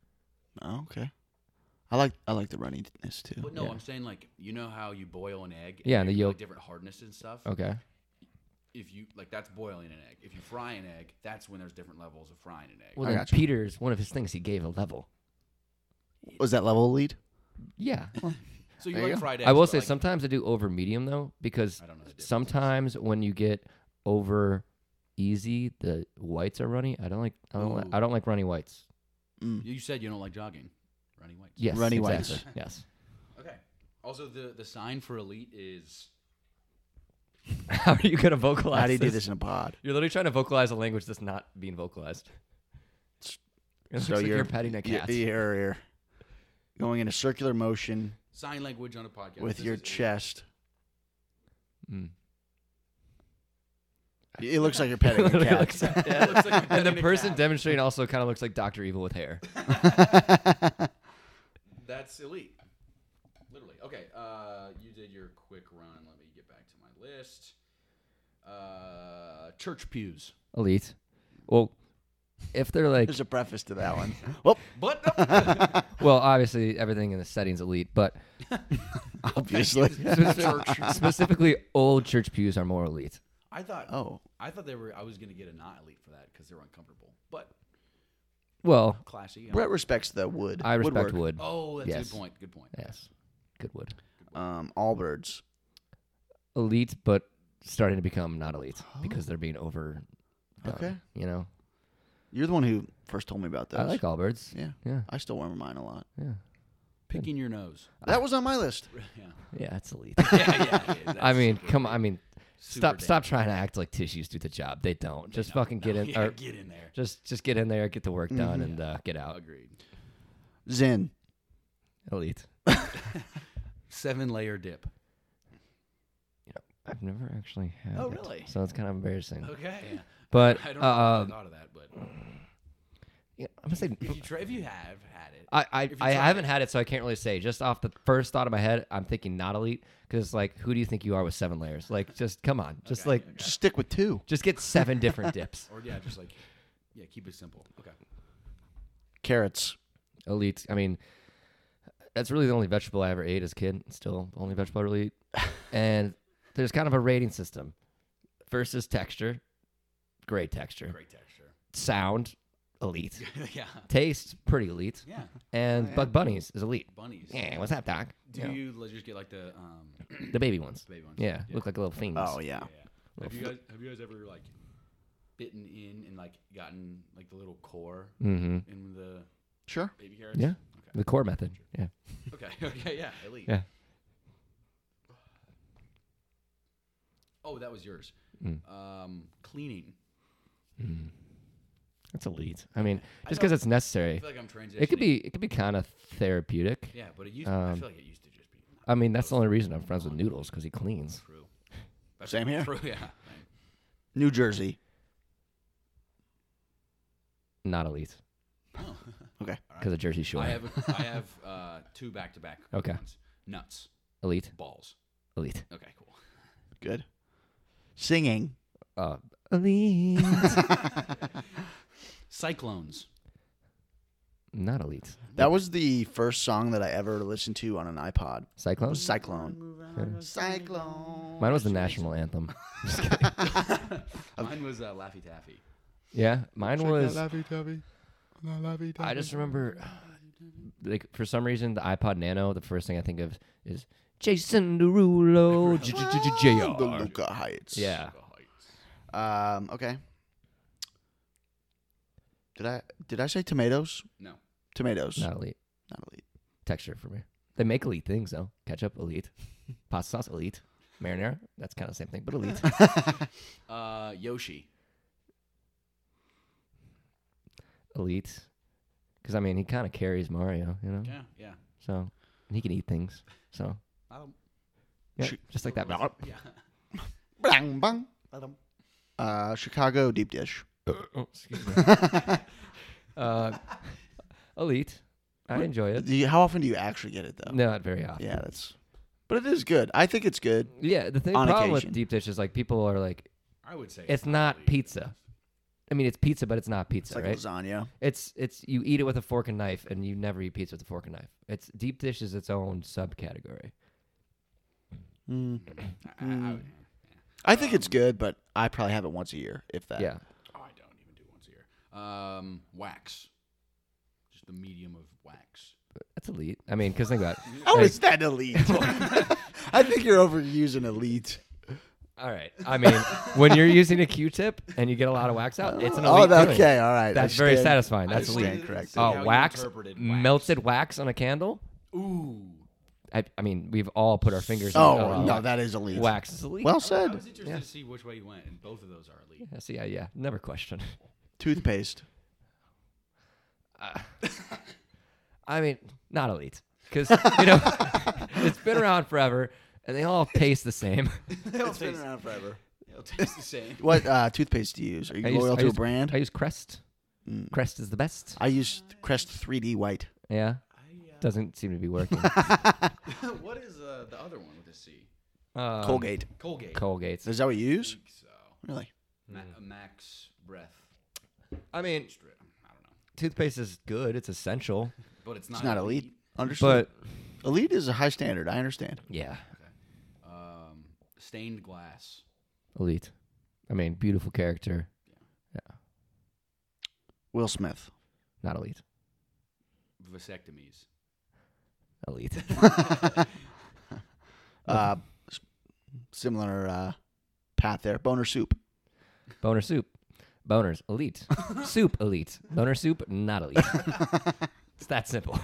S1: Oh, okay. I like I like the runniness too.
S2: But no, I'm saying like you know how you boil an egg.
S5: Yeah, and
S2: they
S5: the
S2: get, like,
S5: yolk- Oh.
S2: different hardness and stuff.
S5: Okay.
S2: If you like, that's boiling an egg. If you fry an egg, that's when there's different levels of frying an egg.
S5: Well,
S1: I
S5: then
S1: gotcha.
S5: Peter's one of his things he gave a level.
S1: Was that level elite?
S5: Yeah.
S2: so
S1: there
S2: you
S1: you
S2: like
S1: go.
S2: fried eggs?
S5: I will
S2: but,
S5: say
S2: like,
S5: sometimes I do over medium though because
S2: I don't know the difference.
S5: sometimes when you get over easy, the whites are runny. I don't like. I don't. Like,
S2: Ooh.
S5: I don't like runny whites.
S2: You said you don't like jogging, running weights.
S5: Yes.
S1: Runny
S5: exactly.
S1: whites.
S5: Yes. <laughs>
S2: Okay. Also, the the sign for elite is
S5: How are you gonna vocalize?
S1: How do you do
S5: this?
S1: this in a pod?
S5: You're literally trying to vocalize a language that's not being vocalized. It looks like you're petting a cat.
S1: You're, you're going in a circular motion
S2: sign language on a podcast
S1: with
S2: This
S1: your
S2: is elite.
S1: chest.
S5: <laughs> Mm.
S1: It looks like you're petting
S5: <laughs>
S1: a
S5: Literally
S1: cat.
S5: looks like-
S2: Yeah, it looks like
S5: <laughs>
S2: you're
S5: and the
S2: petting a
S5: person
S2: cat.
S5: demonstrating also kind of looks like Doctor Evil with hair.
S2: That's elite. Literally. Okay. Uh, you did your quick run. Let me get back to my list. Uh, church pews.
S5: Elite. Well, if they're like, <laughs>
S1: There's a preface to that one. Well,
S2: But
S5: well, obviously everything in the setting's elite, but
S1: obviously.
S5: <laughs> specifically old church pews are more elite.
S2: I thought.
S1: Oh,
S2: I thought they were. I was gonna get a not elite for that because they were uncomfortable. But
S5: Well,
S2: classy.
S1: Brett respects the wood.
S5: I respect
S1: woodwork.
S5: wood.
S2: Oh, that's a
S5: Yes.
S2: good point. Good point.
S5: Yes, good wood.
S1: Um, all birds.
S5: Elite, but starting to become not elite because they're being over.
S1: Okay.
S5: You know,
S1: You're the one who first told me about those.
S5: I like all birds.
S1: Yeah.
S5: Yeah.
S1: I still wear mine a lot.
S5: Yeah.
S2: Picking your nose. <laughs>
S1: That was on my list.
S5: <laughs>
S2: yeah.
S5: Yeah, it's <laughs> elite.
S2: Yeah. yeah, yeah
S5: <laughs> I
S2: that's
S5: mean,
S2: super-
S5: come on. I mean, stop
S2: super
S5: stop trying to act like tissues do the job. They don't. just fucking get
S2: <laughs>
S5: in.
S2: Yeah,
S5: or
S2: get Mm-hmm. in there.
S5: just just get in there, get the work done, and uh, get out.
S2: Agreed.
S1: Zen.
S5: Elite.
S2: Seven layer dip.
S5: I've never actually had.
S2: Oh,
S5: it,
S2: really?
S5: So it's kind of embarrassing.
S2: Okay.
S5: But
S2: <laughs> I don't know
S5: uh,
S2: if I thought of that, but
S5: yeah, I'm gonna say
S2: if you try, if you have had it,
S5: I I,
S2: if you
S5: I
S2: try
S5: haven't
S2: it.
S5: had it, so I can't really say. Just off the first thought of my head, I'm thinking not elite because like, who do you think you are with seven layers? Like, just come on, just like,
S1: Just stick with two.
S5: just get seven different dips.
S2: or yeah, just like yeah, keep it simple. Okay.
S1: Carrots.
S5: Elite. I mean, that's really the only vegetable I ever ate as a kid. It's still the only vegetable I really eat. And there's kind of a rating system. First is texture, great texture.
S2: Great
S5: <laughs>
S2: texture. <laughs>
S5: Sound, elite.
S2: yeah.
S5: Taste, pretty elite.
S2: Yeah.
S5: And Bug Bunnies is elite.
S2: Bunnies.
S5: Yeah, what's up, Doc?
S2: Do
S5: Yeah.
S2: you like, just get like the um
S5: the baby ones.
S2: baby ones?
S5: Yeah, look like little things.
S1: Oh yeah.
S2: yeah. Have you guys have you guys ever like bitten in and like gotten like the little core
S5: Mm-hmm.
S2: in the
S1: Sure.
S2: baby carrots?
S5: Yeah.
S2: Okay.
S5: The core method. Yeah.
S2: Okay. <laughs> Okay. Yeah. Elite.
S5: Yeah.
S2: Oh, that was yours.
S5: Mm.
S2: Um, cleaning.
S5: That's elite. I mean, just
S2: know.
S5: because it's
S2: I
S5: necessary.
S2: feel like I'm transitioning.
S5: It could be um, it could be kind of therapeutic.
S2: Yeah, but it used. I feel like it used to just be
S5: I mean, that's the only reason I'm friends with Noodles because he cleans.
S2: true. That's
S1: Same here.
S2: True. <laughs> Yeah.
S1: New Jersey.
S5: Not elite
S1: Okay.
S5: because of Jersey Shore.
S2: I have. I have uh, two back-to-back.
S5: Okay.
S2: Ones. Nuts.
S5: elite,
S2: Balls.
S5: elite,
S2: Okay. Cool.
S1: Good. Singing.
S5: uh, elite.
S2: Cyclones.
S5: Not elite.
S1: That was the first song that I ever listened to on an iPod.
S5: Cyclone.
S1: Cyclone. Cyclone.
S5: Mine was the national anthem.
S2: Mine was uh, Laffy Taffy.
S5: Yeah, mine was. I just remember like for some reason the iPod Nano, the first thing I think of is Jason Derulo, J- J- J- J-
S1: The
S5: JR.
S1: Luca Heights.
S2: Ah.
S5: Yeah,
S1: Um. Okay. Did I did I say tomatoes?
S2: No.
S1: Tomatoes.
S5: not elite
S1: Not elite.
S5: texture for me. They make elite things though. Ketchup, elite. Pasta sauce, elite. Marinara, that's kind of the same thing, but elite.
S2: Uh, Yoshi.
S5: elite. Because I mean, he kind of carries Mario, you know.
S2: Yeah, yeah.
S5: So and he can eat things. So
S2: Um,
S5: yeah,
S1: Shoot.
S5: just like that.
S2: yeah.
S1: Bang bang. Ba-dum. Uh, Chicago deep dish.
S5: <laughs> Oh, excuse <laughs> me. uh, elite. I enjoy it.
S1: Do you, how often do you actually get it though?
S5: Not very often.
S1: Yeah, that's. But it is good. I think it's good.
S5: Yeah, the thing
S1: On
S5: problem
S1: occasion.
S5: with deep dish is like people are like,
S2: I would say
S5: it's not pizza. I mean, it's pizza, but it's not pizza,
S1: It's like
S5: right?
S1: lasagna.
S5: It's it's you eat it with a fork and knife, and you never eat pizza with a fork and knife. It's deep dish is its own subcategory.
S2: I,
S1: mm.
S2: I, would-
S1: I think it's good, but I probably have it once a year, if that.
S5: Yeah,
S2: oh, I don't even do once a year. Um, wax. Just the medium of wax.
S5: that's elite. I mean, because think about it.
S1: <laughs> How
S5: Like,
S1: Oh, is that
S5: <laughs>
S1: elite? <laughs> I think you're overusing elite.
S5: all right. I mean, when you're using a Q-tip and you get a lot of wax out, it's an
S1: Oh,
S5: elite. feeling.
S1: okay, all right. I
S5: That's very
S1: stand-
S5: satisfying. That's
S1: I
S5: elite.
S1: stand corrected.
S2: How
S5: Uh,
S2: you
S5: wax,
S2: interpreted wax.
S5: melted wax on a candle.
S2: Ooh.
S5: I, I mean, we've all put our fingers. in a lot
S1: Oh
S5: of
S1: no,
S5: wax.
S1: that is elite.
S5: wax is elite.
S1: Well
S2: I
S1: said.
S2: was interested to see which way you went, and both of those are
S1: <laughs>
S2: elite.
S5: Yeah, See, I, yeah, never question. <laughs>
S1: Toothpaste.
S5: I mean, not elite, because you know <laughs> it's been around forever, and they all taste
S1: <laughs>
S5: the same.
S2: It'll taste,
S1: around
S2: <laughs>
S1: forever.
S2: it'll taste the same. <laughs>
S1: What uh, toothpaste do you use? Are you
S5: I use-
S1: loyal
S5: I
S1: to
S5: use-
S1: a brand? Mm.
S5: I use Crest. Crest is the best.
S1: I use Crest 3D White.
S5: Yeah,
S2: uh,
S5: doesn't seem to
S1: <laughs>
S5: be working.
S2: what is uh, the other one with the C?
S5: Um,
S1: Colgate.
S2: Colgate.
S5: Colgate's.
S1: Is that what you use?
S2: so
S1: Really?
S2: Ma-
S1: Mm.
S2: Max Breath
S5: I mean,
S2: Strip. I don't know,
S5: toothpaste is good. It's essential,
S2: but it's not.
S1: It's not elite. Understood.
S5: but
S1: But elite is a high standard. I understand.
S5: yeah,
S2: Um, stained glass.
S5: elite. I mean, beautiful character,
S1: Will Smith.
S5: not elite.
S2: Vasectomies.
S5: Elite. <laughs>
S1: Uh, s- similar uh, path there. Boner soup.
S5: Boner soup. Boners, elite. soup, elite. Boner soup,
S1: <laughs>
S5: not elite. it's that <laughs> simple.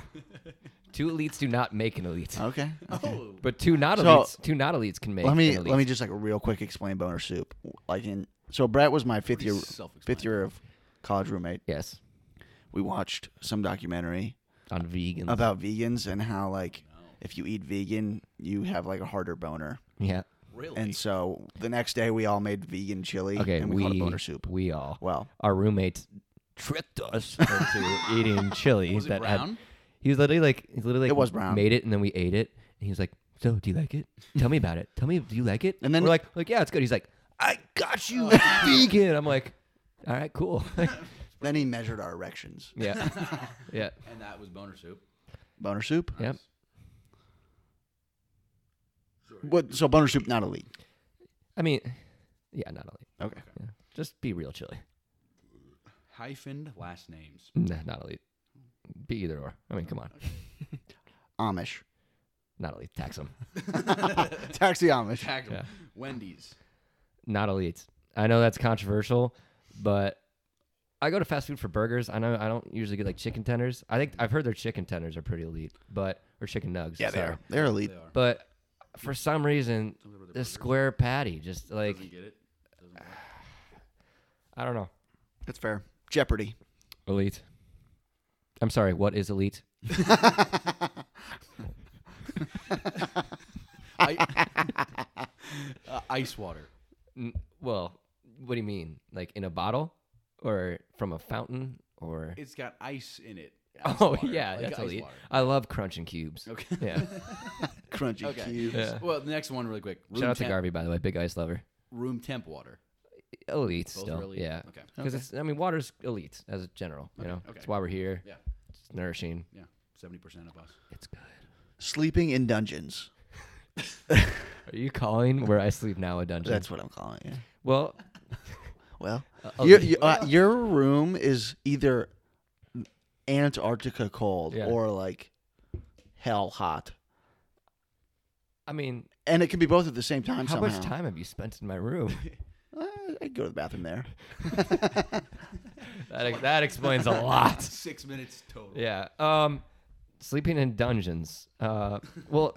S5: Two elites do not make an elite.
S1: Okay. okay.
S2: Oh,
S5: But two not
S1: So-
S5: elites, two not elites can make
S1: Let me
S5: an elite.
S1: let me just like real quick explain boner soup. Like in so Brett was my fifth year
S2: self-explanatory.
S1: fifth year of college roommate.
S5: yes,
S1: We watched some documentary
S5: on vegans.
S1: about vegans and how like if you eat vegan you have like a harder boner
S5: yeah.
S2: really?
S1: and so the next day we all made vegan chili
S5: Okay,
S1: and we,
S5: we
S1: called it boner soup
S5: We all.
S1: well
S5: our roommate tricked us
S1: <laughs>
S5: into eating chili.
S2: Was it
S5: that had-
S2: brown?
S5: he was literally like, he literally like
S1: It was brown.
S5: Made it and then we ate it, and he was like, "So, do you like it? Tell me about it. Tell me, do you like it?"
S1: And then-
S5: we're like, "Like, yeah, it's good." He's like, "I got
S1: <laughs>
S5: you, it's vegan." I'm like, "All right, cool." <laughs>
S1: then he measured our erections <laughs>
S5: yeah, yeah,
S2: and that was boner soup.
S1: boner soup
S5: yep.
S1: what so boner soup not elite
S5: I mean, yeah, not elite.
S1: okay
S5: Just be real chili.
S2: Hyphened last names.
S1: Mm.
S5: Nah, not elite. Be either or. I mean, come on.
S1: amish
S5: Not elite. Tax them.
S1: taxi amish
S2: Tagged 'em. Wendy's.
S5: not elite. I know that's controversial, but I go to fast food for burgers. I know I don't usually get like chicken tenders. I think I've heard their chicken tenders are pretty elite, but or chicken nugs.
S1: yeah they
S5: sorry.
S1: are they're elite
S5: But for some reason, the square patty just like
S2: Doesn't get it. Doesn't work.
S5: <sighs> I don't know.
S1: that's fair jeopardy
S5: Elite. I'm sorry. What is elite?
S2: <laughs> I- Uh, ice water.
S5: N- well, what do you mean? Like in a bottle, or from a fountain, or
S2: It's got ice in it. Ice
S5: <laughs> oh
S2: water,
S5: yeah,
S2: like
S5: that's
S2: ice
S5: elite.
S2: water.
S5: I love crunching cubes.
S2: Okay.
S5: Yeah.
S2: <laughs>
S1: crunchy cubes
S5: Yeah.
S2: Well, the next one, really quick. Room,
S5: Shout out to
S2: temp,
S5: Garvey by the way, big ice lover.
S2: room temp water.
S5: elite
S2: Both are
S5: still.
S2: elite?
S5: Yeah.
S2: Okay.
S5: Because it's I mean water's elite as a general, you know.
S2: okay.
S5: It's why we're here.
S2: Yeah,
S5: It's nourishing.
S2: yeah. Seventy percent of us.
S5: It's good.
S1: sleeping in dungeons
S5: Are you calling where I sleep now a dungeon?
S1: that's what i'm calling it
S5: well, oh,
S1: uh, well your, your, uh, your room is either Antarctica cold
S5: Yeah.
S1: or like hell hot.
S5: I mean,
S1: And it can be both at the same time
S5: how
S1: somehow.
S5: much time have you spent in
S2: <laughs>
S5: my room?
S1: Uh, I go to the bathroom there.
S5: that that explains a lot.
S6: Six minutes total.
S5: Yeah. Um, sleeping in dungeons. Uh, well,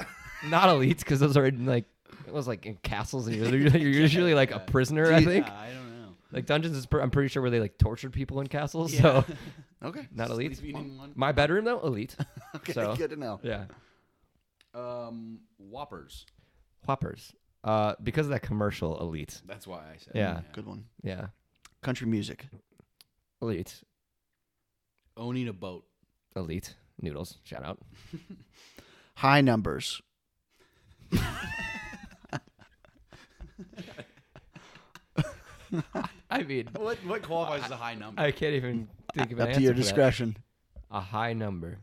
S5: not elites because those are in, like it was like in castles and you're, you're usually
S2: <laughs>
S5: like a prisoner. I think
S2: I don't know.
S5: like dungeons is pr- I'm pretty sure where they like tortured people in castles. So
S1: <laughs> Okay.
S5: <laughs> not elites.
S2: Sleeping in one.
S5: My bedroom though, elite.
S1: <laughs> Okay,
S5: So
S1: good to know.
S5: yeah,
S2: Um, Whoppers.
S5: whoppers. Uh, because of that commercial, elite.
S2: That's why I said.
S5: Yeah.
S1: Good one.
S5: Yeah,
S1: Country music.
S5: elite,
S2: Owning a boat.
S5: elite noodles. Shout out.
S1: High numbers.
S5: I mean,
S2: What what qualifies as a high number?
S5: <laughs> I can't even think of an
S1: Up to your
S5: answer for that.
S1: discretion.
S5: a
S1: <laughs>
S5: high number.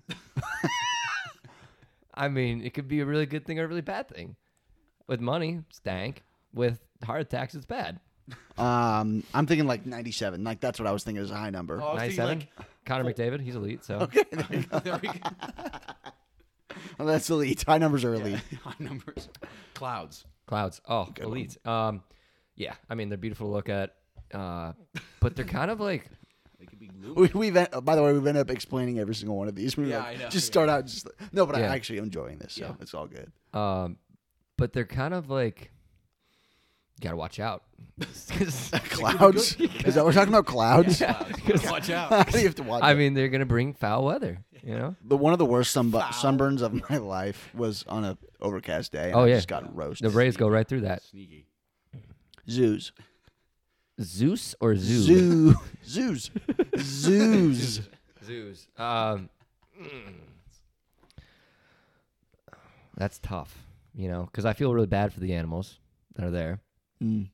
S5: <laughs> I mean, it could be a really good thing or a really bad thing. With money, it's dank. With heart attacks, it's bad.
S1: Um, I'm thinking like 97. Like that's what I was thinking is a high number.
S2: Oh, I was thinking,
S5: 97. Connor McDavid, he's elite, so
S2: like, <laughs> there we go.
S1: Well, <laughs> that's elite. High numbers are elite.
S2: high numbers. Clouds.
S5: clouds. Oh, elite. Um, yeah, I mean they're beautiful to look at, uh, but they're kind of like
S2: They could be luminous.
S1: We, we've en- by the way we've ended up explaining every single one of these. We
S2: Yeah,
S1: like,
S2: I know,
S1: Just
S2: yeah.
S1: start out. Just like- no, but
S5: Yeah.
S1: I'm actually enjoying this, so
S2: Yeah.
S1: it's all good.
S5: Um, but they're kind of like, gotta watch out. 'Cause-
S1: Clouds? Is that what we're talking about? Clouds? <laughs>
S2: Clouds. Watch <laughs> out.
S1: you have to watch.
S5: I
S1: it.
S5: mean, they're gonna bring foul weather, you know.
S1: the one of the worst sun- sunburns of my life was on a overcast day. And
S5: Oh,
S1: I
S5: yeah.
S1: just got roasted.
S5: The Rays go right through that.
S2: Sneaky.
S1: zoos,
S5: Zeus or Zoo?
S1: zoo, zoos,
S5: <laughs>
S1: zoos.
S5: Zoos. Um, that's tough, you know, because I feel really bad for the animals that are there,
S1: Mm.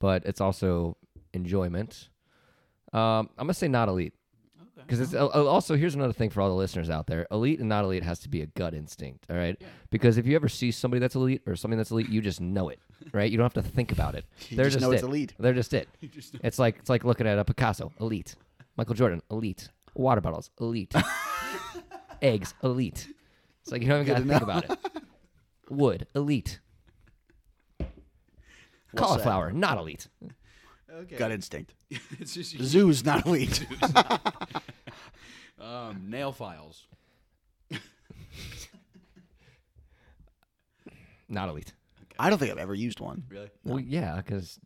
S5: but it's also enjoyment. Um, I'm gonna say not elite, because it's uh, also here's another thing for all the listeners out there: elite and not elite has to be a gut instinct, all right? Because if you ever see somebody that's elite or something that's elite, you just know it, right? You don't have to think
S1: <laughs>
S5: about it. They're
S1: just
S5: just,
S1: know
S5: it.
S1: it's elite.
S5: They're just it. It's like it's like looking at a Picasso, elite. Michael Jordan, elite. Water bottles, elite. Eggs, elite. It's like you don't even gotta think about it. Wood, elite.
S1: Well said.
S5: Cauliflower, not elite.
S1: Gut instinct.
S2: <laughs> It's just you-
S1: Zoos, not elite.
S2: um, nail files.
S5: Not elite.
S1: I don't think I've ever used one.
S2: Really?
S5: Well, yeah, because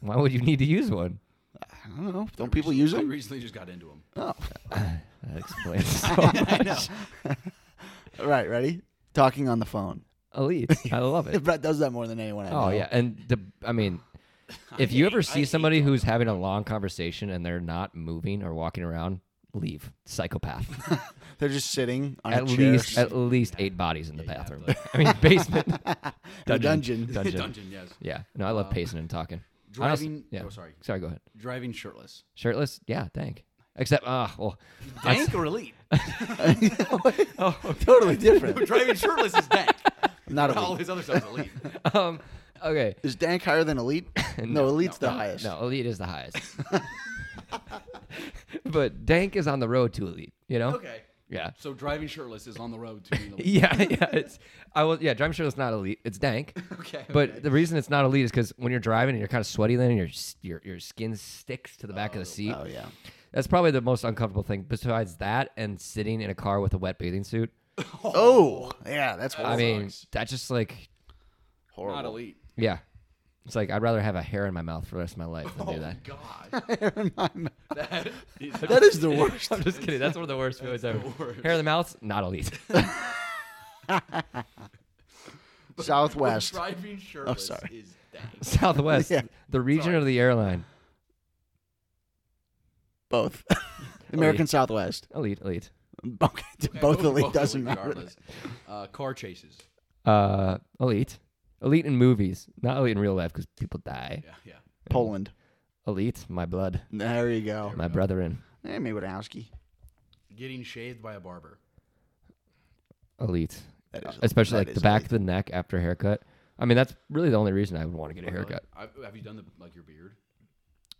S5: why would you need to use one?
S1: I don't know. Don't people use
S2: I
S1: them?
S2: recently just got into them.
S5: That explains
S1: <laughs>
S5: so much.
S1: All right, ready? Talking on the phone. <laughs>
S5: Elite. I love it.
S1: Brett does that more than anyone <laughs> I know.
S5: Oh yeah, and the
S1: <laughs>
S5: I mean, if you ever see somebody who's having a long conversation and they're not moving or walking around, leave. Psychopath.
S1: <laughs> They're just sitting on
S5: at
S1: a chair.
S5: least at least eight bodies in the bathroom. <laughs> I mean basement.
S1: in <laughs> a dungeon. Uh,
S5: Dungeon.
S2: Dungeon, yes.
S5: Yeah. No, I love pacing and talking. I also-
S2: Driving.
S5: yeah.
S2: Oh, sorry.
S5: Sorry, go ahead.
S2: Driving shirtless.
S5: Shirtless? Yeah, dank. Except ah well <laughs>
S2: Dank or elite?
S1: totally different.
S2: <laughs> Driving shirtless is dank.
S5: <laughs>
S1: Not
S2: All
S1: elite.
S2: his other stuff is elite.
S5: um okay.
S1: Is Dank higher than
S5: <laughs>
S1: elite? no, elite's the highest.
S5: No, elite is the highest. <laughs> but dank is on the road to elite, you know?
S2: Okay.
S5: Yeah. <laughs>
S2: So driving shirtless is on the
S1: <laughs>
S2: road to being elite.
S5: Yeah, yeah. It's I will yeah, I'm sure it's not elite. It's dank.
S2: <laughs> Okay.
S5: But the reason it's not elite is because when you're driving and you're kind of sweaty, then and your s- your your skin sticks to the back of the seat.
S1: Oh yeah.
S5: That's probably the most uncomfortable thing. Besides that, and sitting in a car with a wet bathing suit.
S1: Oh yeah, that's horrible.
S5: I mean, that's just like,
S2: not elite.
S5: yeah. It's like I'd rather have a hair in my mouth for the rest of my life
S1: <laughs> Oh
S5: than do that.
S2: Oh, God. that is
S1: that
S2: <laughs>
S1: is the
S5: <laughs>
S1: worst. <laughs>
S5: I'm just kidding. That's one of the worst feelings ever. Hair in the mouth,
S1: <laughs>
S5: not elite. <laughs>
S1: Southwest.
S2: Driving shirtless
S1: Oh, sorry.
S2: is dank.
S5: Southwest,
S1: Yeah.
S5: the region or the airline,
S1: Both.
S5: <laughs>
S1: <laughs> American Southwest. <laughs>
S5: elite, elite.
S1: Okay, <laughs> both elite doesn't
S2: elite
S1: matter.
S2: regardless. Uh, car chases.
S5: Uh, elite, elite in movies, not elite in real life because people die.
S2: Yeah, yeah.
S1: Poland.
S5: Elite, my blood,
S1: There you go.
S5: my brethren.
S1: Hey, Maywadowski.
S2: Getting shaved by a barber.
S5: Elite.
S1: That is-
S5: especially
S1: that is
S5: like the back
S1: elite.
S5: of the neck after a haircut. I mean, that's really the only reason I would want to get a haircut.
S2: I, have you done the like your beard?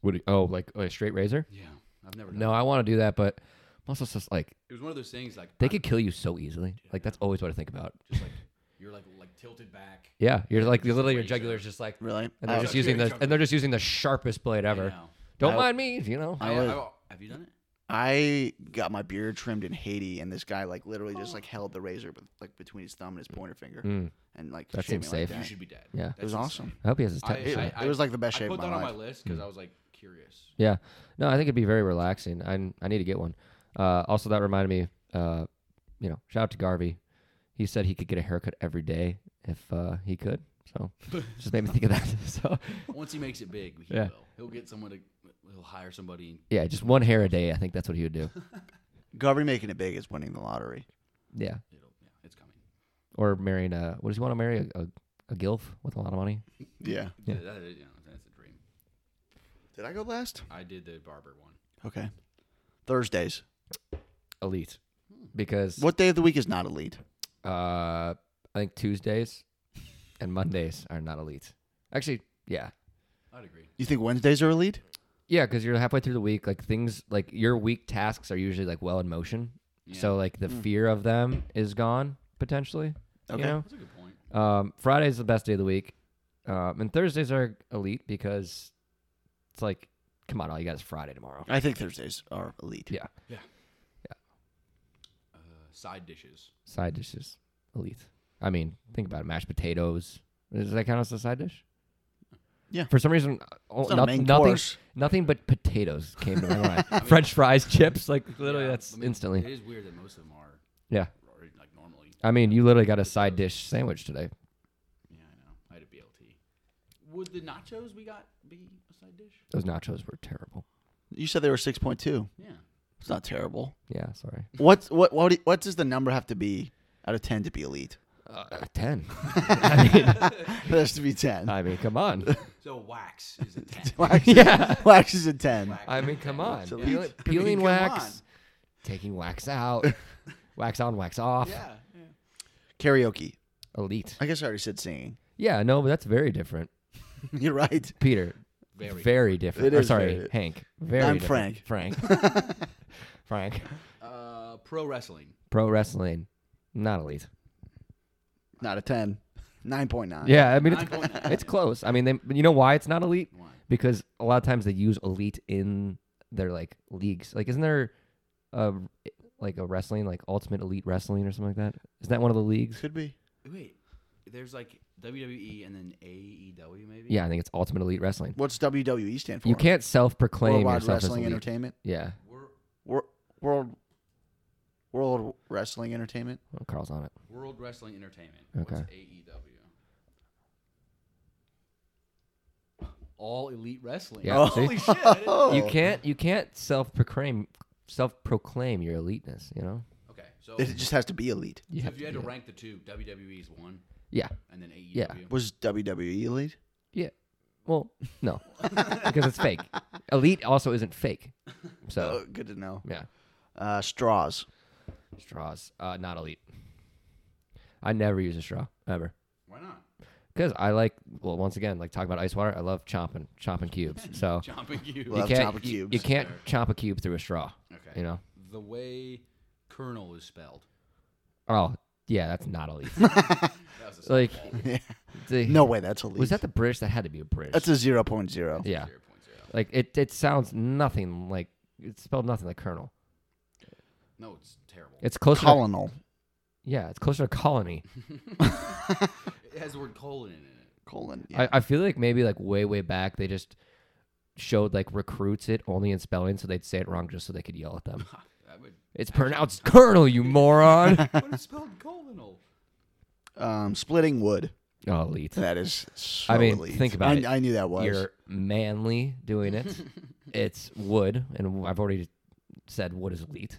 S5: Would it- oh, like a straight razor?
S2: Yeah, I've never. Done
S5: No, I want to do that, but also just like
S2: It was one of those things like
S5: they could kill you so easily. Like that's always what I think about.
S2: just like you're like like tilted back.
S5: Yeah, you're like
S2: Just
S5: literally your
S2: razor.
S5: jugular is just like
S1: Really? Uh,
S5: and they're
S1: I-
S5: just using the and they're just using the sharpest blade ever.
S2: know.
S5: Don't
S1: I-
S5: mind me, you know.
S2: I,
S1: would-
S2: I- have you done it?
S1: I got my beard trimmed in Haiti, and this guy like literally just like held the razor with, like between his thumb and his pointer finger,
S5: Mm.
S1: and like
S5: That
S1: shaved
S5: seems
S1: me like
S5: safe.
S1: that.
S2: You should be dead.
S5: Yeah.
S1: It was
S2: That's
S1: awesome.
S2: insane.
S5: I hope he has his tetanus
S2: I,
S5: shot.
S2: I,
S1: It was like the best
S2: I
S1: shave
S2: put
S1: of my
S2: that on my
S1: life.
S2: list because
S5: Hmm.
S2: I was like curious.
S5: Yeah. No, I think it'd be very relaxing. I I need to get one. Uh, also, that reminded me. Uh, you know, shout out to Garvey. He said he could get a haircut every day if uh, he could.
S2: <laughs>
S5: So just made me think of that. <laughs> So
S2: Once he makes it big, he
S5: Yeah.
S2: will. He'll get someone to. He'll hire somebody. and-
S5: yeah, just one hair a day. I think that's what he
S2: <laughs>
S5: would do.
S1: Garvey making it big is winning the lottery.
S5: Yeah,
S2: It'll, yeah, it's coming.
S5: or marrying a. What does he want to marry? A, a, a gilf with a lot of money.
S1: Yeah.
S2: Yeah. that- you know, that's a dream.
S1: Did I go last?
S2: I did the barber one.
S1: Okay. Thursdays.
S5: Elite, because
S1: What day of the week is not elite?
S5: Uh, I think Tuesdays and Mondays are not elite. Actually, yeah,
S2: I'd agree.
S1: You think Wednesdays are elite?
S5: yeah, because you're halfway through the week. Like things, like your week tasks are usually like well in motion. So like the fear of them is gone potentially.
S1: Okay.
S5: You
S2: That's a good point.
S5: know, um, Friday's the best day of the week, um, and Thursdays are elite because it's like, come on, all you got is Friday tomorrow.
S1: I think Thursdays are elite.
S5: Yeah,
S2: Uh, side dishes.
S5: side dishes elite. I mean, think about it. Mashed potatoes. Does that count as a side dish?
S1: Yeah.
S5: For some reason, oh,
S1: It's not a
S5: no-
S1: main
S5: nothing,
S1: course.
S5: nothing but potatoes
S1: <laughs>
S5: came to my mind. French fries, chips, like literally,
S2: Yeah,
S5: that's
S2: I mean, It
S5: instantly.
S2: is weird that most of them are,
S5: Yeah.
S2: are like normally.
S5: I mean, you literally got a side dish sandwich today.
S2: Yeah, I know. I had a BLT. Would the nachos we got be a side dish?
S5: Those nachos were terrible.
S1: You said they were six point two.
S2: Yeah.
S1: It's not terrible.
S5: Yeah, sorry.
S1: What's what what do- what does the number have to be out of ten to be elite? <laughs>
S5: <laughs> Uh, Ten.
S1: There has to be ten.
S5: I mean, come on.
S2: So wax is a 10.
S1: Wax,
S5: yeah.
S1: wax is a ten.
S5: I mean, come on.
S1: So
S5: Peel-
S1: let's- I mean,
S5: peeling
S1: come
S5: wax,
S1: on.
S5: taking wax out, wax on, wax off.
S2: yeah. yeah.
S1: Karaoke.
S5: Elite.
S1: I guess I already said singing. <laughs>
S5: Yeah, no, but that's very different.
S1: You're right.
S5: Peter,
S2: Very.
S5: <laughs> very, different.
S1: It
S5: Or
S1: is
S5: sorry,
S1: very-
S5: Hank. Very
S1: I'm
S5: different. Frank.
S1: <laughs>
S5: Frank. Frank.
S2: Uh, pro wrestling.
S5: Pro wrestling, not elite.
S1: Not a ten. Nine point nine.
S5: Yeah, I mean
S2: Nine point
S5: it's,
S2: nine.
S5: it's close. I mean, they, you know why it's not elite?
S2: Why?
S5: Because a lot of times they use elite in their like leagues. Like, isn't there a like a wrestling like Ultimate Elite Wrestling or something like that? Isn't that one of the leagues?
S1: Could be.
S2: Wait. There's like WWE and then AEW maybe.
S5: Yeah, I think it's Ultimate Elite Wrestling.
S1: What's WWE stand for?
S5: You can't self-proclaim
S1: Worldwide
S5: yourself as
S1: Wrestling
S5: elite.
S1: Entertainment.
S5: Yeah,
S2: Wor-
S1: Wor- World World Wrestling Entertainment.
S5: well, Carl's on it.
S2: World Wrestling Entertainment. What's E
S5: Okay.
S2: AEW? All Elite Wrestling.
S5: Yeah, see?
S2: Holy shit! I
S5: <laughs>
S2: didn't-
S1: Oh.
S5: You can't you can't self-proclaim self-proclaim your eliteness. You know?
S2: Okay, so,
S1: It just has to be elite.
S5: You
S2: so
S5: have
S2: if you had
S5: do
S2: to
S5: it.
S2: rank the two, WWE's one
S5: Yeah.
S2: and then E AEW.
S1: Was WWE elite?
S5: Yeah. Well,
S2: <laughs>
S5: no, because it's fake. Elite also isn't fake.
S1: Oh,
S5: So
S1: good to know.
S5: yeah,
S1: Uh, straws.
S5: straws uh, not elite. I never use a straw ever
S2: Why not?
S5: because I like well once again like talking about ice water. I love chomping chomping
S2: <laughs>
S5: cubes. So
S2: Jumping you.
S1: Well, Love
S5: can't
S1: chomping
S5: you-
S1: cubes.
S5: you can't chomp a cube through a straw.
S2: okay.
S5: You know?
S2: The way Colonel is spelled.
S5: Oh yeah, that's
S1: <laughs>
S5: not elite.
S2: <laughs> That was a
S5: like the-
S1: No way, that's elite.
S5: was that the British? That had to be a British.
S1: That's a 0.0.
S5: yeah.
S2: 0.0.
S5: Like it it sounds nothing like it's spelled nothing like Colonel.
S2: No, it's terrible.
S5: It's closer. to-
S1: Colonel.
S5: yeah, it's closer to colony.
S2: It has the word colon in
S5: <laughs>
S2: it.
S1: Colon. Yeah.
S5: I, I feel like maybe like way way back they just showed like recruits it only in spelling so they'd say it wrong just so they could yell at them
S2: <laughs> That would.
S5: it's pronounced colonel
S2: <laughs>
S5: you moron <laughs>
S2: But it's spelled colonel.
S1: um, splitting wood.
S5: oh elite
S1: That is so
S5: i mean
S1: elite.
S5: think about
S1: I,
S5: it
S1: I knew that was.
S5: you're manly
S2: <laughs>
S5: doing it it's wood and i've already said wood is elite